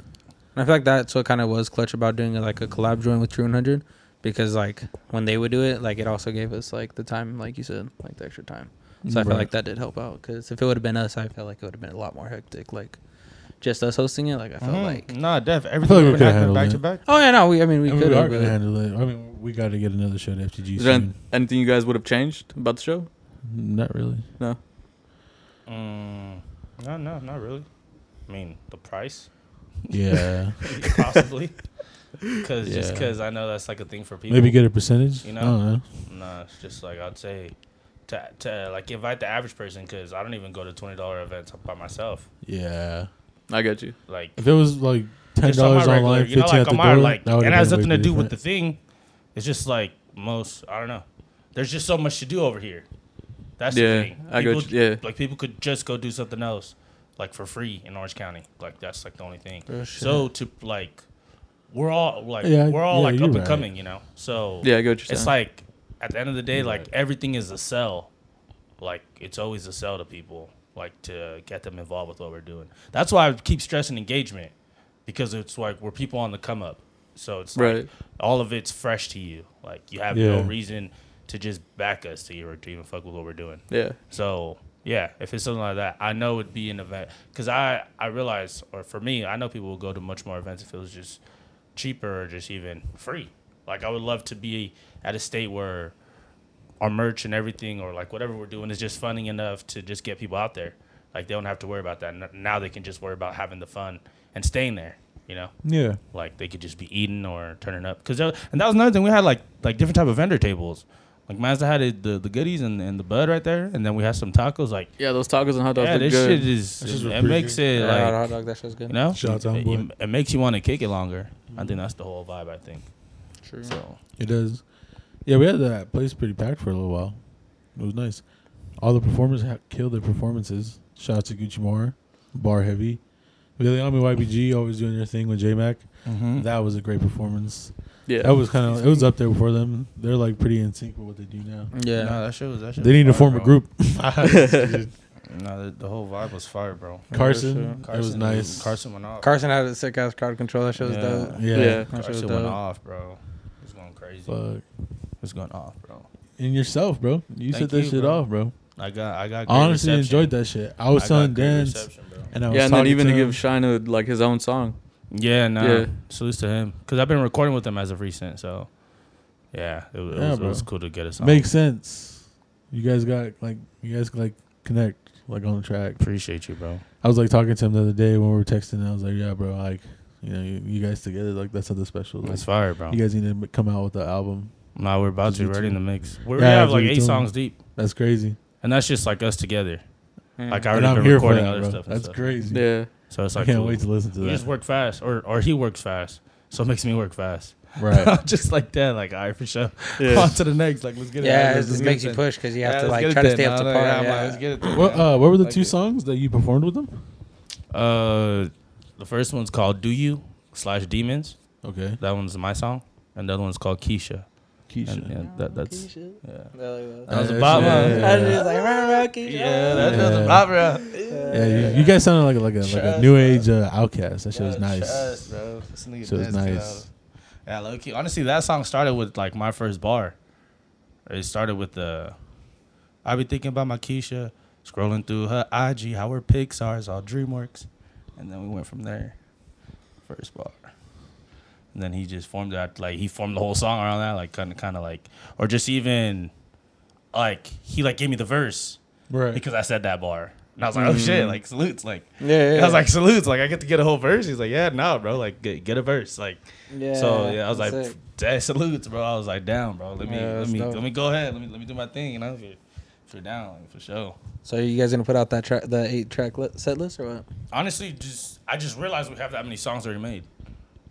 S4: And I feel like that's what kind of was clutch about doing like a collab joint with True 100 because like when they would do it, like it also gave us like the time, like you said, like the extra time. So I feel
S3: Right.
S4: like that did help out because if it would have been us, I felt like it would have been a lot more hectic. Like just us hosting it, like I felt
S7: Mhm.
S4: like
S7: nah, def
S3: feel
S7: everything
S3: like we
S7: like
S3: could've
S7: happened
S3: handled
S7: back
S3: it.
S7: to back.
S4: oh yeah, no, we I mean we
S3: I mean,
S4: could
S3: we are
S4: have,
S3: gonna
S4: but
S3: handle it. I mean, we got to get another show to FTG.
S2: Is there
S3: soon.
S2: anything you guys would have changed about the show?
S3: Not really.
S2: No.
S7: Mm, no, no, not really. I mean, the price
S3: Yeah,
S7: possibly, because just
S3: Yeah.
S7: because I know that's like a thing for people.
S3: maybe get a percentage.
S7: You know?
S3: I don't know.
S7: Nah, it's just like I'd say to to like invite the average person because I don't even go to twenty dollar events by myself.
S3: Yeah,
S2: I got you.
S7: Like
S3: if it was like ten
S7: just on my
S3: dollars
S7: regular,
S3: online,
S7: you know,
S3: fifteen
S7: like
S3: at the
S7: on my
S3: door,
S7: like,
S3: that would've
S7: and it has
S3: been way
S7: nothing to do with
S3: different.
S7: the thing. It's just like most. I don't know. There's just so much to do over here. That's
S2: Yeah,
S7: the thing.
S2: I got
S7: People-
S2: you, yeah.
S7: like people could just go do something else, like for free in Orange County. Like that's like the only thing.
S4: Oh, shit.
S7: so to like, we're all like
S3: Yeah,
S7: we're all
S3: yeah,
S7: like
S3: you're
S7: up and
S3: right.
S7: coming, you know. So
S2: Yeah, I got you.
S7: it's like at the end of the day, like everything is a sell. Like it's always a sell to people, like to get them involved with what we're doing. That's why I keep stressing engagement, because it's like we're people on the come up. So it's like
S2: Right.
S7: all of it's fresh to you. Like you have no
S3: Yeah.
S7: reason to just back us to you or to even fuck with what we're doing.
S2: yeah.
S7: So yeah, if it's something like that, I know it'd be an event because I I realize, or for me, I know people will go to much more events if it was just cheaper or just even free. Like I would love to be at a state where our merch and everything, or like whatever we're doing, is just funny enough to just get people out there. Like they don't have to worry about that N- now. They can just worry about having the fun and staying there. You know,
S3: Yeah.
S7: like they could just be eating or turning up because and that was another thing we had like like different type of vendor tables like Mazda had it- the the goodies and, and the bud right there and then we had some tacos like
S2: Yeah, those tacos and hot dogs
S7: yeah
S2: look
S7: this
S2: good.
S7: shit is
S3: This is
S7: it
S3: pretty
S7: makes it
S4: yeah,
S7: like
S4: hot dog that shit's good.
S7: you know
S3: Shout out to
S7: it,
S3: Homeboy.
S7: it, it makes you want to kick it longer I think that's the whole vibe I think
S4: True.
S7: so
S3: It does. Yeah, we had that place pretty packed for a little while. It was nice. All the performers ha- killed their performances. Shout out to Gucci Mora, Bar Heavy. Viliami YBG always doing their thing with J Mac. That was a great performance.
S2: yeah.
S3: That was kind of it was up there for them. They're like pretty in sync with what they do now.
S4: Yeah.
S7: no that shit was that shit
S3: They
S7: was
S3: need to
S7: fire,
S3: form a
S7: bro.
S3: group.
S7: No, the, the whole vibe was fire, bro.
S3: Carson,
S7: Carson
S3: it was nice.
S7: Carson went off.
S4: Carson had a sick ass crowd control. That shit was
S7: Yeah.
S4: dope.
S3: yeah.
S2: Yeah.
S4: That shit was
S7: Carson went
S4: dope.
S7: off, bro. It was going crazy.
S3: Fuck.
S7: It was going off, bro.
S3: And yourself, bro. You
S7: Thank
S3: said that
S7: you,
S3: shit
S7: bro.
S3: off, bro.
S7: I got, I got.
S3: I
S7: Great
S3: honestly
S7: reception.
S3: enjoyed that shit. I was
S7: I got
S3: telling
S7: great
S3: Dan's,
S5: reception, bro.
S3: and I was
S2: Yeah, and then
S3: talking
S2: even to
S3: him.
S2: give Shina like his own song.
S7: Yeah, nah.
S2: Yeah.
S7: Salutes to him because I've been recording with him as of recent. So, yeah, it, was- it
S3: Yeah,
S7: was, it
S3: bro.
S7: was cool to get us. on.
S3: Makes sense. You guys got like you guys like connect like on the track.
S7: appreciate you, bro.
S3: I was like talking to him the other day when we were texting. And I was like, yeah, bro, like you know, you, you guys together like that's something special. Like,
S7: That's fire, bro.
S3: you guys need to m- come out with the album.
S7: Nah, we're about to.
S3: Me
S7: We're already in the mix. We
S3: Yeah,
S7: already have
S3: that's
S7: like
S3: what
S7: eight
S3: you told
S7: songs
S3: me.
S7: deep,
S3: That's crazy.
S7: and that's just like us together.
S4: Mm.
S7: Like I
S3: And
S7: already
S3: I'm
S7: been
S3: here for
S7: recording
S3: that,
S7: other
S3: bro.
S7: stuff. and
S3: That's
S7: stuff.
S3: crazy.
S2: Yeah.
S7: So it's
S3: I
S7: like
S3: can't
S7: cool.
S3: wait to listen to
S7: We
S3: that.
S7: just work fast, or or he works fast, so it makes me work fast.
S3: right.
S7: just like that, like all right, for sure.
S2: Yeah.
S7: On to the next, like let's get it.
S4: Yeah,
S7: Let's
S4: it
S7: just
S4: just
S7: get
S4: makes
S7: it
S4: you
S7: then.
S4: push because you have
S7: Yeah,
S4: to
S7: let's
S4: like
S7: get
S4: try
S7: it
S4: to
S7: then.
S4: stay up to
S7: No,
S4: par.
S7: no, yeah, I'm like,
S4: Yeah.
S7: let's get it then.
S3: what uh, what were the
S7: Like
S3: two
S7: it.
S3: songs that you performed with them?
S7: Uh, the first one's called "Do You" slash Demons.
S3: Okay,
S7: That one's my song, and the other one's called Keisha.
S3: Keisha.
S7: And, and that, that's yeah.
S4: That
S7: That was
S3: Yeah,
S7: a bop,
S3: yeah,
S7: huh?
S3: yeah,
S4: was just like rah, rah, keep
S7: Yeah,
S4: going.
S7: that
S3: Yeah.
S7: was a bop, bro.
S3: Yeah, you, you guys sounded like a, like a like a
S7: Trust,
S3: new
S7: bro.
S3: age uh, outcast. That shit was nice.
S7: Trust, bro. This nigga
S3: Shit was
S7: dance to
S3: nice.
S7: that. Yeah, low key. Honestly, that song started with like my first bar. It started with the. I be thinking about my Keisha, scrolling through her IG, how her pics are, it's all DreamWorks, and then we went from there. First bar. And then he just formed that like he formed the whole song around that like kind of kind of like or just even like he like gave me the verse
S3: Right.
S7: because I said that bar. And I was like, oh shit, like salutes, like
S4: Mm-hmm. Yeah, yeah,
S7: I was
S4: yeah.
S7: like, salutes, like I get to get a whole verse. He's like, yeah, nah, bro, like get, get a verse, like. so yeah, I was like,
S4: that's it.
S7: "Dad, salutes, bro. I was like, down, bro. Let me,
S4: Yeah,
S7: let
S4: that's
S7: me,
S4: dope.
S7: let me go ahead. Let me, let me do my thing. You know, if you're, if you're down, like, for sure.
S4: So you guys gonna put out that track, that eight track li- set list or what?
S7: Honestly, just I just realized we have that many songs already made.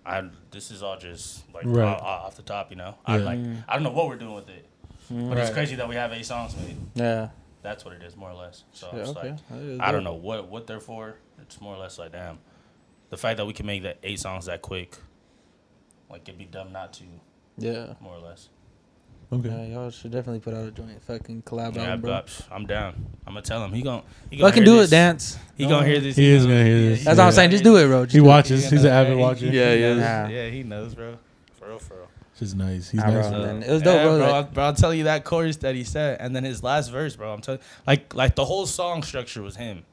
S7: I this is all just like
S3: Right.
S7: off, off the top, you know. I
S3: Yeah.
S7: like I don't know what we're doing with it, but it's
S4: Mm. Right.
S7: crazy that we have eight songs made.
S4: Yeah.
S7: That's what it is, more or less. So
S4: Yeah,
S7: it's
S4: okay.
S7: like,
S4: That is
S7: I don't
S4: dope.
S7: know what what they're for. It's more or less like, damn, the fact that we can make that eight songs that quick, like it'd be dumb not to,
S4: Yeah.
S7: more or less.
S4: Yeah,
S3: okay.
S4: y'all should definitely put out a joint fucking collab
S7: Yeah,
S4: album, bro.
S7: but I'm down. I'm gonna tell him. He gon' he
S4: Fucking
S7: hear
S4: do
S7: this.
S4: it, dance.
S7: He gonna hear this.
S3: He is gonna hear this.
S4: That's what I'm saying. Just do it, bro. Just
S3: He
S4: do it.
S3: watches. He's an avid watcher.
S2: Yeah, he is.
S4: Nah.
S7: Yeah, he knows, bro. For real, for real.
S3: She's nice. He's
S4: Nah,
S3: nice.
S4: bro.
S3: bro.
S4: And it was dope,
S7: yeah,
S4: bro,
S7: bro.
S4: like-
S7: I- bro, I'll tell you that chorus that he said, and then his last verse, bro. I'm telling, like, like the whole song structure was him.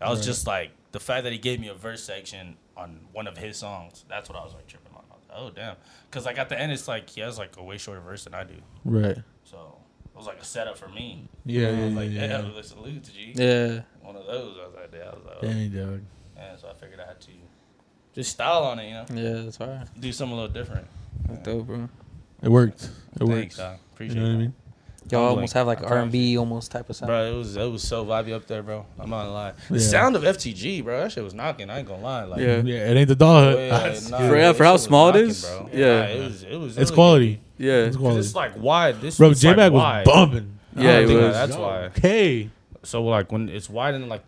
S7: I was just like the fact that he gave me a verse section on one of his songs. That's what I was like tripping on. I was like, oh damn, because like at the end, it's like he has like a way shorter verse than I do.
S3: Right.
S7: So it was like a setup for me.
S3: Yeah,
S7: I was
S3: yeah,
S7: like,
S3: yeah.
S7: yeah,
S3: yeah.
S7: let's salute to you.
S4: Yeah.
S7: One of those. I was like, yeah. I was like, oh,
S3: Dang, dog.
S7: Yeah, so I figured I had to just style on it, you know,
S4: Yeah, that's fire.
S7: do something a little different.
S4: That's dope, bro.
S3: It worked. It
S7: Thanks,
S3: worked.
S7: I appreciate
S3: You know what I
S7: that.
S3: mean?
S4: Y'all
S7: I'm
S4: almost
S7: like-
S4: have like
S7: I'm
S4: R and B almost type of sound.
S7: Bro, it was it was so vibey up there, bro. I'm not gonna lie. The
S3: Yeah.
S7: sound of FTG, bro, that shit was knocking. I ain't gonna lie. Like,
S2: Yeah.
S3: Yeah, it ain't the doll hut.
S7: boy, like, nah,
S2: For-
S7: that
S2: yeah, for how
S7: shit was
S2: small it
S7: knocking,
S2: is,
S7: bro.
S2: yeah.
S7: Nah, it was. It was. it
S3: it's
S7: was
S3: quality.
S2: Yeah.
S3: It's
S7: 'Cause
S3: quality.
S7: It's like wide. This
S3: Bro,
S7: was,
S3: J Mac
S7: like,
S3: was
S7: wide.
S3: bumping.
S2: Yeah,
S3: I
S2: it
S3: like,
S2: was.
S7: That's why.
S3: Okay.
S7: So like when it's wide and like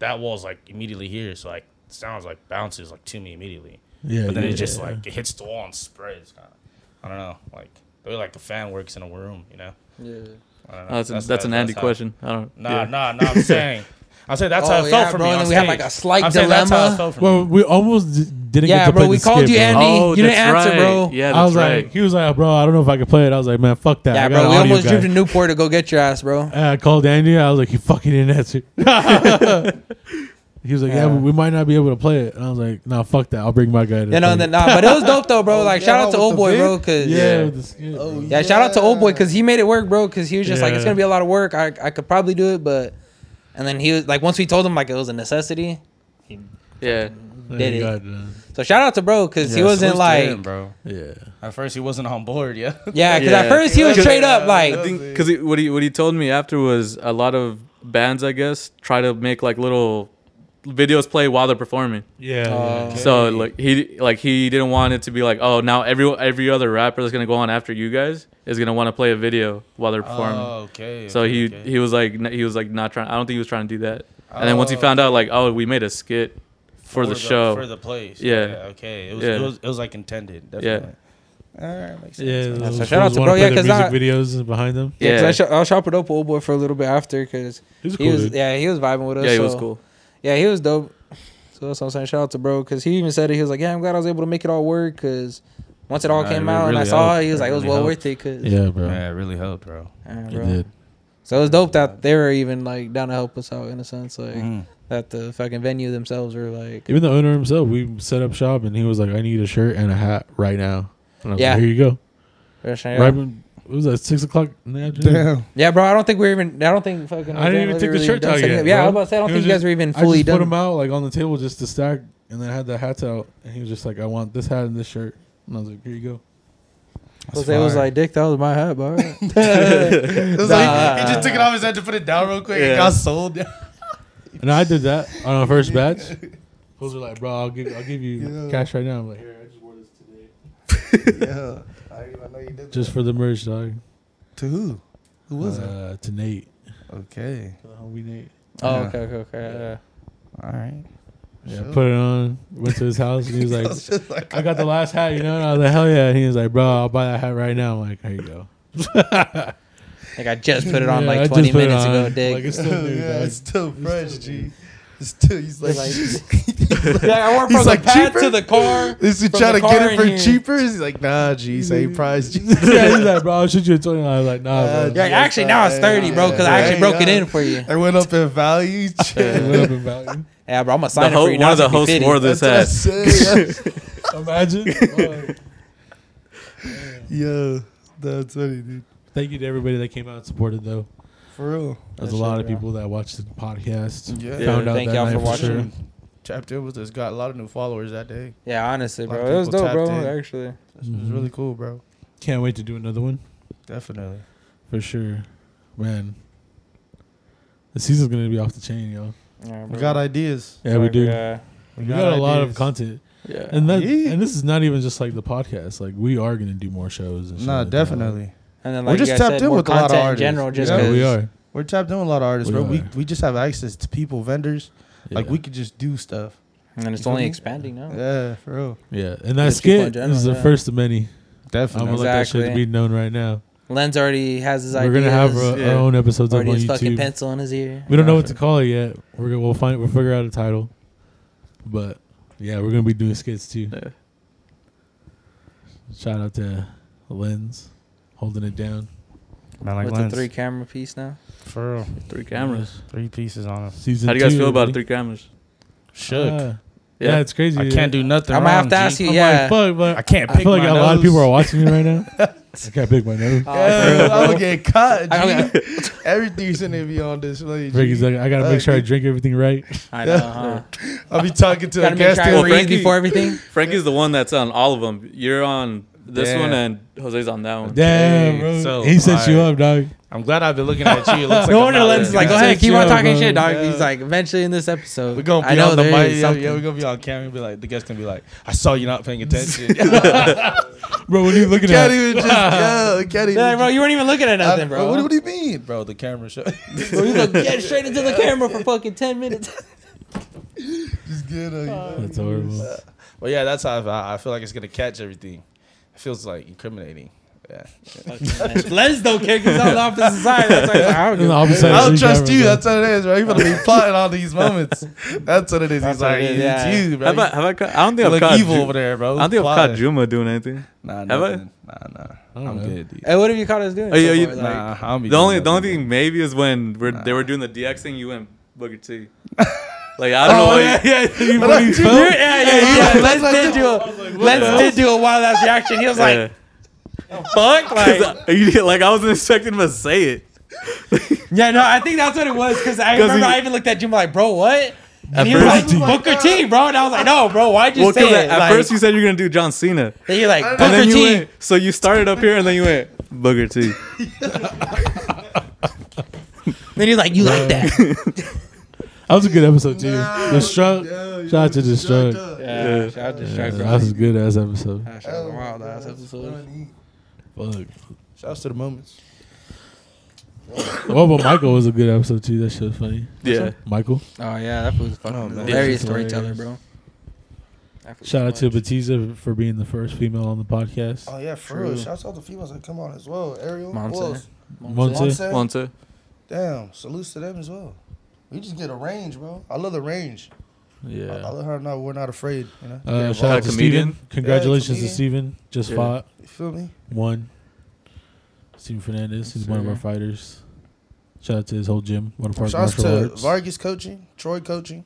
S7: that wall's like immediately here, so like sounds like bounces like to me immediately.
S3: Yeah.
S7: But then
S3: yeah,
S7: it just
S3: yeah.
S7: like it hits the wall and spreads. Kind of, I don't know, like the way like the fan works in a room, you know.
S4: Yeah.
S7: I don't know.
S2: Oh, that's, that's, an
S7: how-
S2: Andy
S7: how-
S2: question. I don't.
S7: Nah,
S2: yeah.
S7: nah, nah. I'm saying, I'm saying that's how
S4: Oh,
S7: it
S4: yeah,
S7: felt for
S4: bro,
S7: me.
S4: and
S7: on
S4: we had,
S7: stage.
S4: like, a slight
S7: I'm saying that's how
S4: dilemma.
S7: it felt for
S3: Well,
S7: me.
S3: we almost d- didn't
S4: Yeah,
S3: get to
S4: bro.
S3: play
S4: We
S3: the
S4: called
S3: skit,
S4: you
S3: bro.
S4: Andy.
S2: Oh,
S4: you didn't
S2: that's
S4: answer,
S2: right.
S4: bro.
S2: Yeah, that's
S3: I was
S2: right.
S3: like, he was like, bro, I don't know if I can play it. I was like, man, fuck that.
S4: Yeah,
S3: I got
S4: bro.
S3: an
S4: We
S3: audio
S4: almost
S3: guy.
S4: drove to Newport to go get your ass, bro.
S3: And I uh, called Andy. I was like, he fucking didn't answer. he was like, yeah.
S4: Yeah.
S3: we might not be able to play it. And I was like, nah, fuck that. I'll bring my guy. To
S4: You know,
S3: play
S4: and then,
S3: it.
S4: nah, but it was dope though, bro. Like,
S7: yeah,
S4: shout out to
S7: with
S4: old
S7: the
S4: boy,
S7: vid?
S4: bro, cause Oh,
S3: Yeah, with the skit, bro.
S4: yeah, shout out to old boy, cause he made it work, bro, cause he was just like, it's
S3: Yeah.
S4: gonna be a lot of work. I, I could probably do it, but, and then he was like, once we told him like it was a necessity,
S2: Yeah.
S3: Thank
S4: did it.
S3: God, man.
S4: so shout out to bro, cause he
S7: Yeah,
S4: wasn't
S7: salutes to
S4: like,
S7: him, bro.
S3: uh, Yeah.
S7: At first, he wasn't on board. Yeah.
S4: yeah, cause at
S2: Yeah.
S4: first he was
S2: Because-
S4: straight up like,
S2: I think because what he what he told me after was a lot of bands, I guess, try to make like little videos play while they're performing.
S3: Yeah.
S4: uh,
S2: So like he like he didn't want it to be like oh now every every other rapper that's gonna go on after you guys is gonna want to play a video while they're performing.
S7: Oh, okay.
S2: so
S7: okay,
S2: he
S7: okay.
S2: he was like n- he was like not trying. I don't think he was trying to do that. And then once he found out like oh we made a skit for, the, show.
S7: for the place.
S2: Yeah.
S7: Okay. It was,
S2: Yeah.
S7: it was it was like intended.
S2: yeah.
S7: Definitely. All right, makes sense.
S3: Yeah,
S4: That's
S3: those
S4: a shout out
S3: fools
S4: to
S3: wanna
S4: bro,
S3: play
S4: yeah,
S3: their
S4: 'cause I-
S3: music videos behind them.
S4: Yeah, 'cause
S2: Yeah.
S4: I, shop, I shopped it up with old boy for a little bit after because
S3: He's a
S4: he
S3: cool
S4: was
S3: dude.
S4: yeah he was vibing with us.
S2: Yeah, he was
S4: so-
S2: cool.
S4: Yeah, he was dope. So that's what I'm saying. Shout out to bro because he even said it. He was like, yeah, I'm glad I was able to make it all work because once it all
S7: Nah,
S4: came
S7: it
S4: out and I
S7: really
S4: saw
S7: helped.
S4: it, he was
S7: It
S4: like, it was
S7: really
S4: well
S7: helped.
S4: worth it because
S3: Yeah, bro.
S7: Yeah, it really helped, bro.
S3: He did.
S4: So it was dope that they were even like down to help us out in a sense, like
S3: Mm.
S7: Mm.
S4: that the fucking venue themselves were like,
S3: Even the owner himself, we set up shop and he was like, I need a shirt and a hat right now. And I was
S4: Yeah.
S3: like, here you go.
S4: they're saying,
S3: Right
S4: yeah.
S3: when, what was that, 6 o'clock in the afternoon?
S4: yeah, bro. I don't think we are even. I don't think fucking.
S3: I didn't even take the
S4: really
S3: shirt
S4: done
S3: out
S4: setting
S3: yet.
S4: up. Yeah, I
S3: bro.
S4: was about to say I don't
S3: He
S4: think
S3: was
S4: you guys
S3: just-
S4: were even
S3: I
S4: fully
S3: just put them
S4: done.
S3: out like on the table just to stack, and then I had the hats out, and he was just like, "I want this hat and this shirt," and I was like, "Here you go."
S4: Jose was like, "Dick, that was my hat, bro."
S7: It was like, he just took it off his head to put it down real quick. It got sold.
S3: And I did that on our first batch. Those were like, "Bro, I'll give I'll give you cash right now." I'm like, "Here, I just wore this today,
S6: Yeah. I didn't even know you did
S3: just for the merch, dog."
S6: To who? Who was it?
S3: uh, to Nate,
S6: Okay.
S3: to the homie Nate.
S4: oh, okay, okay, okay.
S7: All right.
S3: Yeah,
S6: Sure.
S3: put it on. Went to his house, and he was
S6: I
S3: like,
S6: was just like,
S3: "I got the last hat, you know." And I was like, "Hell yeah!" And he was like, "Bro, I'll buy that hat right now." I'm like, "Here you go."
S4: yeah. Like I just put it on
S3: Yeah, I
S4: like
S3: just
S4: 20
S3: put it
S4: minutes
S3: on.
S4: ago,
S3: Like,
S4: Dick.
S3: it's still new,
S6: yeah,
S3: dog.
S6: it's still fresh, G. It's still, he's like,
S4: yeah, I went
S6: He's
S4: from
S6: like,
S4: the pad
S6: cheaper?
S4: to the car.
S6: is he
S4: from
S6: trying
S4: the
S6: to get
S4: car
S6: it
S4: in
S6: for
S4: here.
S6: cheaper? He's like, nah, G, same price, G.
S3: yeah, he's like, "Bro, I'll shoot you a 20 I was like, "Nah,
S6: Uh,
S3: bro."
S4: Yeah,
S6: Yeah,
S4: actually now it's
S6: yeah,
S4: 30, bro,
S6: yeah,
S4: because
S6: yeah.
S4: I actually
S6: There you
S4: broke it
S6: go.
S4: in for you.
S6: It went up in value.
S3: It went up in value.
S4: Yeah, bro, I'm gonna
S2: The
S4: sign it
S2: ho-
S4: for you.
S2: one of the hosts wore
S4: the
S2: this hat.
S3: Imagine. Oh,
S6: Yo, that's funny, dude.
S3: thank you to everybody that came out and supported, though.
S6: For real.
S3: There's a
S4: That
S3: lot
S4: shit,
S3: of
S4: bro.
S3: people that watched the podcast.
S6: Yeah.
S3: Found out
S4: Thank
S3: that
S4: y'all
S3: night
S4: for
S3: for
S4: watching.
S3: sure.
S7: Chapter was just got a lot of new followers that day.
S4: Yeah, honestly,
S7: Lot of
S4: bro, it was
S7: people
S4: dope, bro.
S7: tapped in.
S4: Actually,
S7: This was really cool, bro.
S3: Can't wait to do another one
S7: Definitely.
S3: for sure, man. The season's gonna be off the chain, y'all.
S4: yeah,
S7: We
S4: bro.
S7: got ideas.
S3: Yeah, we
S4: Like,
S3: do.
S4: uh,
S3: We got a lot of
S7: ideas.
S3: content,
S2: Yeah.
S3: and that
S7: Yeah.
S3: and this is not even just like the podcast. Like we are gonna do more shows. And shit
S7: Nah,
S3: like that.
S7: definitely.
S4: And then
S7: We're
S4: like
S7: just
S4: you guys
S7: tapped
S4: said,
S7: in
S4: more
S7: with a lot of
S4: content in
S7: artists.
S4: general, just
S3: yeah,
S4: because
S3: we are.
S7: We're tapped in with a lot of artists,
S3: We
S7: bro. We
S3: are.
S7: we just have access to people, vendors. Like
S3: Yeah.
S7: we could just do stuff.
S4: And then it's
S7: You feel
S4: only
S7: me?
S4: expanding now.
S7: Yeah, for real.
S3: Yeah, and that
S4: Just keep on
S3: skit
S4: general,
S3: is the
S4: yeah.
S3: first of many. I'm
S7: Definitely.
S3: gonna let that shit
S4: Exactly.
S3: be known right now.
S4: Lenz already has his
S3: We're
S4: ideas.
S3: gonna have our,
S2: yeah.
S3: our own episodes up on
S4: already his fucking
S3: YouTube.
S4: pencil in his ear.
S3: We don't know what to call it yet. We're gonna we'll find we'll figure out a title, but yeah, we're gonna be doing skits too.
S2: Yeah.
S3: Shout out to Lens holding it down.
S7: Man,
S4: With
S7: like
S4: the three
S7: three
S4: camera piece now.
S7: for real.
S2: Three cameras.
S7: Three pieces on us.
S3: Season.
S2: How do you guys
S3: two,
S2: feel about
S3: everybody.
S2: three cameras?
S7: Shook.
S3: Ah, yeah. it's crazy.
S7: I can't do nothing.
S4: I might have
S7: wrong,
S4: to
S7: G.
S4: ask you.
S3: I'm
S4: yeah.
S3: like, fuck, but
S7: I can't pick
S3: I feel like
S7: my
S3: a lot of people
S7: nose.
S3: are watching me right now. I can't pick my nose.
S4: Oh, for real,
S6: Yeah,
S4: bro.
S6: I'm gonna get caught.
S4: I
S6: G.
S4: don't-
S6: Everything's gonna be on this lady.
S3: Ricky's like, I gotta make sure I drink everything right.
S4: I know. Huh?
S6: I'll be talking to
S4: Gotta make
S6: a guest.
S4: sure I
S2: Well,
S4: breathe
S2: Frankie-
S4: before everything.
S2: Frankie's the one that's on all of them. You're on this
S7: Damn.
S2: one, and Jose's on that one.
S3: Damn,
S7: Okay,
S3: bro.
S7: so,
S3: he set you up, dog.
S7: I'm glad I've been looking at you. It looks like
S4: no
S7: I'm
S4: wonder
S7: not
S4: Lenz is like,
S7: looking
S4: go
S7: at
S4: ahead,
S7: you.
S4: keep on
S3: Yeah,
S4: talking
S3: bro.
S4: shit, dog.
S6: Yeah.
S4: He's like, eventually in this episode,
S6: We're gonna
S4: I
S6: be
S4: know
S6: on the
S4: there
S6: mic.
S4: is
S6: Yeah,
S4: something.
S6: yeah, we're gonna be on camera. and Be like,
S7: The guest gonna be like, I saw you not paying attention.
S3: Bro, what are you looking at?
S6: can't even just, yeah, can't even.
S4: Yeah, bro, you weren't even looking at
S6: I-
S4: nothing, bro.
S6: What, what do you mean?
S7: Bro, the camera shut.
S4: Bro, you look dead straight into the camera for fucking ten minutes.
S6: Just get a,
S3: That's horrible.
S7: But yeah, that's how I, I- I feel like it's gonna catch everything. It feels like incriminating. Yeah.
S4: Lenz don't care because I'm the opposite side. That's why he's like, I don't
S3: In
S4: give
S3: the
S4: a
S3: opposite side
S6: I
S3: of
S6: don't
S3: the
S6: trust
S3: camera,
S6: you.
S3: bro.
S6: That's what it is, bro. You're gonna be plotting all these moments. That's what it is. He's
S4: what
S6: like,
S4: it is,
S6: it's
S4: yeah.
S6: you, bro.
S2: Have I, have I, ca- I don't think
S7: You
S2: I've
S7: look
S2: caught
S7: evil
S2: Ju-
S7: over there, bro.
S2: I don't think I've
S7: Plotting.
S2: caught Juma doing anything.
S7: Nah,
S2: I?
S7: nothing. Nah,
S3: don't
S7: nah. I'm
S3: know.
S7: good. Dude.
S4: Hey, what have you caught us doing?
S2: Are you-
S4: so
S2: are you-
S4: far? Like,
S7: Nah, I don't be
S2: The
S7: doing
S2: only the
S7: nothing,
S2: only thing maybe is when we're, they were doing the DX thing, you went Booker T. Like I don't know.
S4: Oh,
S2: why you-
S3: You
S6: But I-
S3: fucking
S6: you-
S3: fell?
S4: Yeah, yeah, yeah.
S6: that's
S4: Let's
S6: like
S4: did
S6: the-
S4: do a Let's did do a wild ass reaction. He was
S2: Yeah.
S4: like, "Fuck!" Like,
S2: 'Cause I- you- like I wasn't expecting him to say it.
S4: yeah, no, I think that's what it was because I
S2: 'Cause
S4: remember
S2: he-
S4: I even looked at Jim like, "Bro, what?"
S2: At
S4: And he was like,
S2: first-
S4: "Booker T, bro," and I was like, "No, bro, why'd you
S2: Well,
S4: say
S2: because
S4: it?"
S2: at, at
S4: like,
S2: first you said you're gonna do John Cena,
S4: then you're like,
S2: and
S4: "Booker
S2: then you
S4: T."
S2: went. So you started up here, and then you went Booker T.
S4: Then he's like, "You like that?"
S3: That was a good episode too. the struck.
S6: Yeah,
S3: Shout out to
S6: you
S3: Destroy.
S6: shut up.
S4: Yeah, shout out to
S3: Yeah,
S4: Strike,
S3: that
S4: bro.
S3: was a good ass episode.
S4: That shit was a wild ass episode.
S3: Fuck.
S7: Shouts to the moments.
S3: Well, but Michael was a good episode too. That shit was funny.
S2: Yeah,
S3: Michael.
S2: Oh,
S4: Oh yeah, that was fucking hilarious storyteller, bro. I forget
S3: Shout out
S4: why.
S3: to Batiza for being the first female on the podcast.
S7: Oh yeah, for
S4: True.
S7: real. Shouts out to females that come on as well. Ariel,
S4: Monse.
S7: who else?
S3: Monse.
S7: Monse.
S2: Monte.
S7: Damn, salutes to them as well. We just get a range, bro. I love the range. I, I
S2: Yeah.
S7: love how not we're not afraid. You know,
S3: Uh,
S7: Yeah,
S3: shout
S7: bro.
S3: out to
S2: comedian.
S3: Steven. Congratulations to
S7: comedian.
S3: Steven. Just
S2: Yeah.
S3: fought.
S7: you feel me?
S3: One. Steven Fernandez. He's
S4: Yes,
S3: one of our
S4: sir.
S3: fighters. Shout out to his whole gym, Water Park
S7: Shouts
S3: Martial
S7: to
S3: Arts.
S7: Vargas coaching, Troy coaching.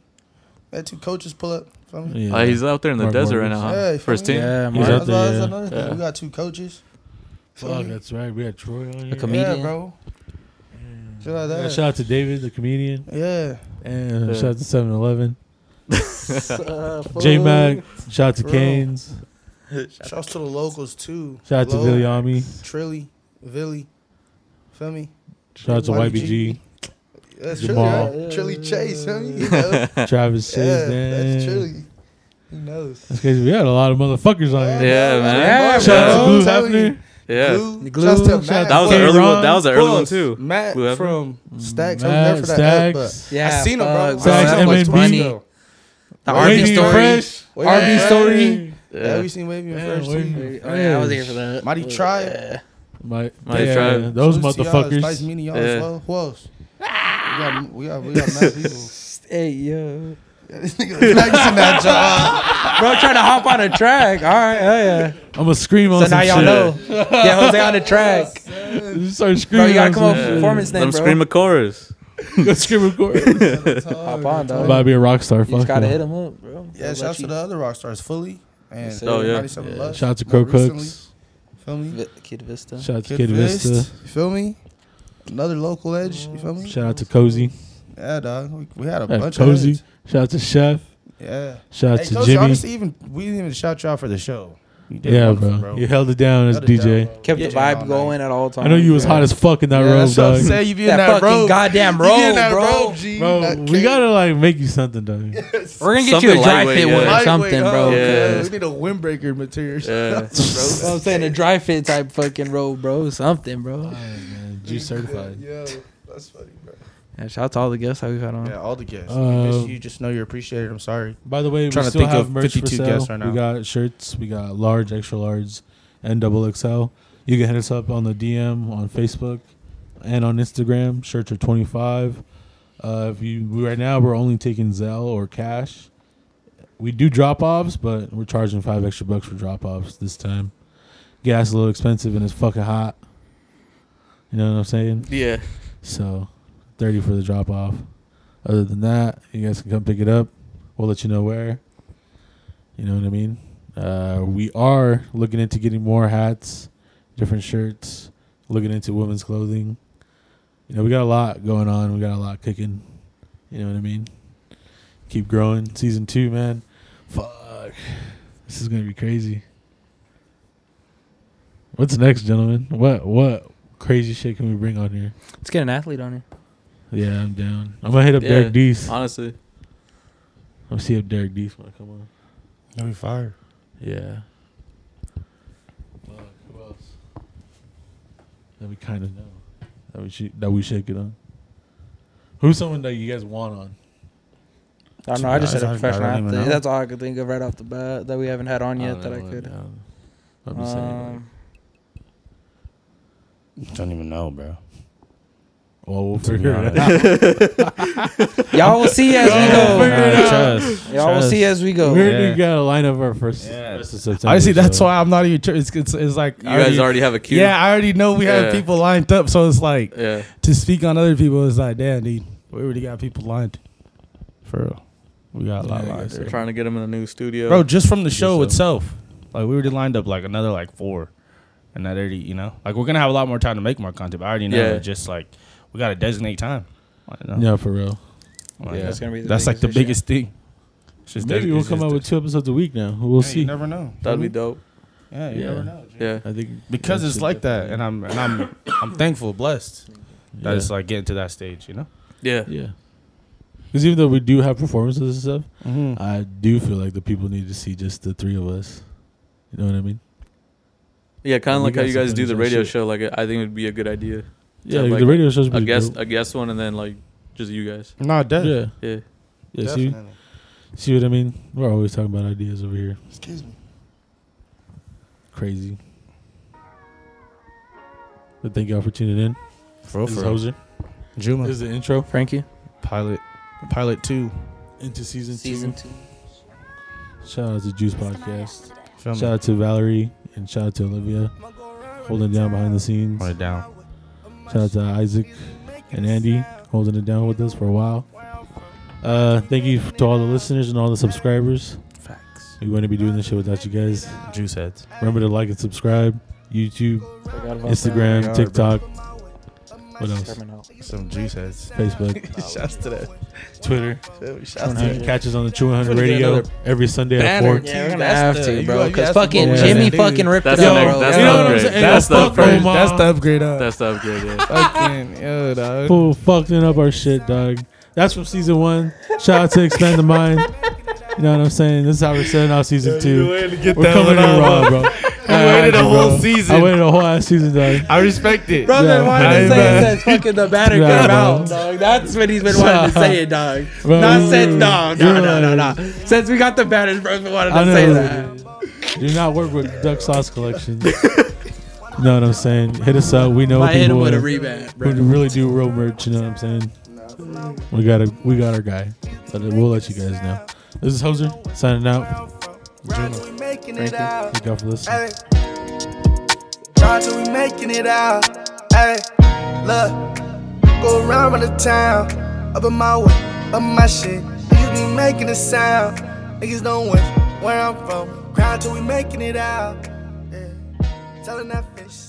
S7: Had two coaches pull up. Feel me?
S3: Yeah.
S2: Uh, he's out there in the
S3: Mark
S2: desert right
S3: Morgan.
S2: now.
S7: Yeah,
S2: huh?
S7: you feel
S2: First
S7: me?
S2: team.
S4: Yeah,
S3: He's
S4: Mark.
S3: out
S7: That's, why- that's
S3: there, yeah.
S7: another thing.
S2: Yeah.
S7: We got two coaches. Feel
S3: Fuck,
S7: me?
S3: that's right. We had Troy on here.
S4: comedian.
S7: Yeah, bro. Shit like
S3: Yeah,
S7: that.
S3: Shout out to David, the comedian.
S7: Yeah.
S3: And
S2: Yeah.
S3: shout out to 7 Eleven. J Mac. Shout out to
S7: Bro.
S3: Canes.
S7: Shouts to the locals too.
S3: Shout out to
S7: Low,
S3: Viliami.
S7: Trilly, Villy. Feel me?
S3: Shout out to YBG.
S7: YBG. That's
S3: Jamal.
S7: Trilly, right? Trilly Chase, feel me? You know? yeah,
S3: Travis Chase.
S7: that's
S3: damn.
S7: Trilly. Who knows?
S3: That's crazy. We had a lot of motherfuckers on here.
S2: Yeah, man.
S3: Shout out to
S7: bro.
S3: Blue
S7: I'm telling you.
S3: Hefner.
S2: Yeah.
S7: Glue.
S4: Glue.
S7: Shouts to
S3: Shout
S7: Matt.
S3: out to
S2: That was an
S3: Hey,
S2: early
S3: Ron.
S2: one. That was an early one
S7: Plus,
S2: too.
S7: Matt
S2: Whoever.
S7: from Stacks. I was
S3: Matt,
S7: there for that. ad,
S3: Stacks.
S7: but I
S4: Yeah,
S7: seen him, bro.
S4: fuck,
S3: Stacks,
S7: I saw him like
S3: MNB.
S7: twice ago.
S4: The
S7: Wavy
S4: RB
S3: Wavy
S4: story.
S3: Fresh.
S7: Wavy
S3: RB
S7: Fresh.
S3: Story.
S7: Yeah,
S2: Yeah.
S7: we seen Wavy and
S3: Yeah,
S7: Fresh
S3: Wavy.
S7: too.
S4: Oh, yeah, I was here for that.
S7: Mighty
S4: Yeah.
S7: Tribe.
S3: My,
S2: Mighty
S3: yeah,
S2: Tribe.
S3: Those
S7: Salutes to y'all. It's Nice
S3: motherfuckers.
S7: meeting y'all
S2: Yeah.
S7: as well. Who else? We got, we got, we got mad people.
S4: Hey, yo.
S7: Yeah, this nigga flexing that job.
S4: Bro, trying to hop on a track. All right, oh yeah.
S3: I'm gonna scream on
S4: So
S3: some
S4: now y'all
S3: shit.
S4: know. Yeah, Jose on the track.
S3: You start
S4: Bro,
S3: screaming.
S4: you gotta
S3: on
S4: come
S3: some
S4: up with a
S3: shit.
S4: performance name,
S2: Them
S4: bro.
S2: scream a chorus.
S3: Go scream of course. I'm
S4: Hop on, dog.
S3: about to be a rock star. Fuck
S4: You just gotta
S3: it.
S4: hit him up, bro.
S7: Yeah, shout out to the other rock stars, Fully and
S4: Oh,
S2: yeah.
S7: 97
S4: Yeah.
S7: Lux.
S3: Shout out to
S7: More
S3: Crow
S7: recently,
S3: Cooks.
S7: Feel me?
S4: V- Kid Vista.
S3: Shout out to
S7: Kid
S3: Kid
S7: Vist,
S3: Vista.
S7: You feel me? Another local edge. You feel me?
S3: Shout out to Cozy.
S7: Yeah, dog. We, we had a
S3: Shout out
S7: bunch
S3: to Cozy.
S7: of
S3: Shout out to Chef.
S7: heads. Yeah.
S3: Shout out
S7: Hey,
S3: to
S7: Cozy,
S3: Jimmy.
S7: honestly, even we didn't even shout you out for the show. You did
S3: yeah,
S7: wonderful,
S3: bro. You held it down as
S7: Held it
S3: DJ.
S7: down, bro.
S4: Kept
S7: Yeah.
S4: the
S7: All night.
S4: vibe going at all times.
S3: I know you was
S4: bro.
S3: hot as fuck in that
S7: Yeah,
S3: robe,
S7: that's what
S3: dog.
S7: I'm saying. You be in
S4: That
S7: that,
S4: fucking
S7: robe.
S4: goddamn
S7: You be in
S4: robe,
S7: that
S4: bro.
S7: robe, G.
S3: Bro,
S7: That
S3: we
S7: cake.
S3: gotta like make you something, dog.
S4: We're gonna get
S2: Something
S4: you a dry
S2: lightweight,
S4: fit one
S2: yeah.
S4: or something,
S7: Lightweight,
S4: bro.
S7: oh,
S2: Yeah.
S7: okay. We need a windbreaker material.
S2: Yeah.
S4: That's what I'm saying a dry fit type fucking robe, bro. Something, bro.
S3: G certified.
S7: Yeah, that's funny, bro.
S4: Yeah, shout out to all the guests that we've had on.
S7: Yeah, all the guests.
S3: Um,
S7: we miss you. Just know you're appreciated. I'm sorry.
S3: By the way, we
S6: Trying to
S3: still
S6: think
S3: have
S6: of
S3: merch for
S6: 52
S3: sale.
S6: guests right now.
S3: We got shirts, we got large, extra large, and double XL. You can hit us up on the DM on Facebook and on Instagram. Shirts are twenty five. Uh, if you we- right now we're only taking Zelle or cash. We do drop offs, but we're charging five extra bucks for drop offs this time. Gas a little expensive and it's fucking hot. You know what I'm saying?
S2: Yeah.
S3: So, 30 for the drop off. Other than that, you guys can come pick it up. We'll let you know where. You know what I mean? Uh, we are looking into getting more hats, different shirts, looking into women's clothing. You know, we got a lot going on. We got a lot cooking. You know what I mean? Keep growing. Season two, man. Fuck. This is going to be crazy. What's next, gentlemen? What what crazy shit can we bring on here?
S4: Let's get an athlete on here.
S3: Yeah, I'm down. I'm gonna hit up
S2: Yeah.
S3: Derek Dees. I'm
S2: Honestly.
S3: gonna see if Derek Dees wanna come on.
S7: That'd be fire.
S3: Yeah. who else? That we kind of know. That we should that we should get on. Who's someone that you guys want on?
S4: I don't know. I just said a
S6: Sometimes I don't
S4: professional
S6: even
S4: athlete.
S6: know.
S4: That's all I could think of right off the bat that we haven't had on yet that I could.
S3: I'm just saying. Like,
S4: Um,
S6: Don't even know, bro.
S3: well, we'll
S6: To be
S3: figure it out.
S6: honest.
S4: y'all will see as we
S6: All
S4: go.
S6: right, trust.
S4: Y'all will
S6: Trust.
S4: see as we go.
S3: We already
S6: Yeah.
S3: gotta line up our first.
S6: Yeah.
S3: first of September,
S8: Honestly, that's
S3: so-
S8: why I'm not even. Tr- it's, it's, it's like
S2: You
S8: I
S2: guys already have a cue.
S8: Yeah, I already know we have
S2: Yeah.
S8: people lined up, so it's like
S2: Yeah.
S8: to speak on other people. It's like, damn, dude, we already got people lined. For real, we got a lot
S3: Yeah, I
S8: lined.
S3: guess
S8: up.
S2: Trying to get him in a new studio.
S6: bro. Just from the show
S3: so.
S6: itself, like we already lined up like another like four, and that already, you know, like we're gonna have a lot more time to make more content. But I already know,
S2: Yeah.
S6: it's just like we gotta designate time. Like, you know,
S3: Yeah, for real.
S6: like,
S3: yeah.
S6: that's,
S4: That's gonna be the
S6: that's, like the
S4: issue.
S6: biggest thing. It's just
S3: Maybe
S6: desi-
S3: we'll
S6: it's
S3: come
S6: just
S3: out
S6: the-
S3: with two episodes a week now. We'll
S7: You
S3: see.
S7: never know.
S2: That'd be dope.
S6: yeah, you
S3: Yeah.
S6: never know, Jay.
S2: Yeah.
S3: I think
S6: because
S3: that
S6: it's
S3: shit
S6: like that,
S3: definitely-
S6: and I'm and I'm I'm thankful, blessed that
S3: Yeah.
S6: it's like getting to that stage, you know.
S2: Yeah.
S3: Yeah. Because even though we do have performances and stuff, I do feel like the people need to see just the three of us. You know what I mean?
S2: Yeah,
S3: We
S2: kind of like how
S3: got
S2: you
S3: some
S2: guys do
S3: funny
S2: the radio
S3: shit.
S2: show. Like, I think it would be a good idea.
S3: Yeah,
S2: have,
S3: like,
S2: like,
S3: the radio show's
S2: A
S3: pretty
S2: guest,
S3: dope.
S2: a guest one, and then like just you guys.
S6: No, definitely.
S3: Yeah,
S2: Yeah.
S3: yeah. See,
S7: Definitely.
S3: See what I mean? We're always talking about ideas over here.
S1: Excuse me.
S3: Crazy. But thank y'all for tuning in.
S7: For real,
S3: This
S7: for
S3: is
S7: real.
S3: Hoser.
S7: Juma.
S3: This is the intro
S4: Frankie.
S7: Pilot. Pilot 2.
S3: into season,
S4: Season two.
S3: two. Shout out to Juice Podcast.
S7: Feel me?
S3: Shout out to Valerie and shout out to Olivia holding it down behind the scenes.
S7: Write it down.
S3: Shout out to Isaac and Andy holding it down with us for a while. Uh, thank you to all the listeners and all the subscribers.
S7: Facts.
S3: We wouldn't be doing this shit without you guys.
S7: Juice heads.
S3: Remember to like and subscribe. YouTube, Instagram, TikTok. What else?
S7: Some juice heads.
S3: Facebook,
S7: Shouts to that.
S3: Twitter.
S7: Shouts
S4: to
S3: You can catch us on the True
S7: We're
S3: 100
S7: gonna get
S3: Radio
S7: another
S3: every Sunday at
S7: Banner.
S3: 4.
S4: Yeah, we're gonna
S7: That's
S4: have
S7: the-
S4: to,
S7: you
S4: bro.
S7: got- you
S4: Because
S7: asked me
S4: fucking
S7: what
S6: was
S4: Jimmy
S6: that dude.
S4: fucking ripped
S2: That's
S4: it
S2: the
S4: up,
S2: next-
S4: bro.
S2: that's
S4: You
S2: the
S4: know what I'm
S2: upgrade.
S4: saying?
S2: That's the upgrade. uh,
S6: That's
S2: That's
S6: the upgrade up.
S2: That's the upgrade. Yeah.
S7: Fucking, yo, dog.
S3: Who fucking up our shit, dog? That's from season one. Shout out to Expand the Mind. You know what I'm saying? This is how we're setting out season two.
S7: Way to get
S3: We're coming in raw, bro. I had
S7: waited a
S3: you,
S7: whole
S3: bro. I
S7: season.
S3: waited a whole ass season, dog.
S7: I respect it.
S4: Bro,
S3: Yeah.
S4: been wanting
S7: Hey,
S4: to say
S7: man.
S4: it since fucking the batter
S3: Yeah,
S4: came
S3: bro.
S4: out, dog. That's what he's been wanting to say it, dog.
S3: Bro,
S4: Not
S3: you-
S4: since, no, no, no, no,
S3: yeah.
S4: no. Since we got the batters, bro, we wanted
S3: I
S4: to
S3: know.
S4: say that.
S3: Do not work with Duck Sauce Collection. you know what I'm saying? Hit us up. We know
S4: I hit him
S3: people
S4: with a
S3: who-
S4: rebound,
S3: who
S4: bro.
S3: really do real merch. You know what I'm saying? We got a we got our guy. But we'll let you guys know. This is Hoser signing out.
S1: Ride till we making it out.
S3: Thank y'all for listening.
S1: Ayy. Ride till we making it out. Ayy. Look, go around with the town. Up in my way, up my shit. Niggas be making a sound. Niggas don't wish where I'm from. Grind till we making it out. Yeah. Telling that fish.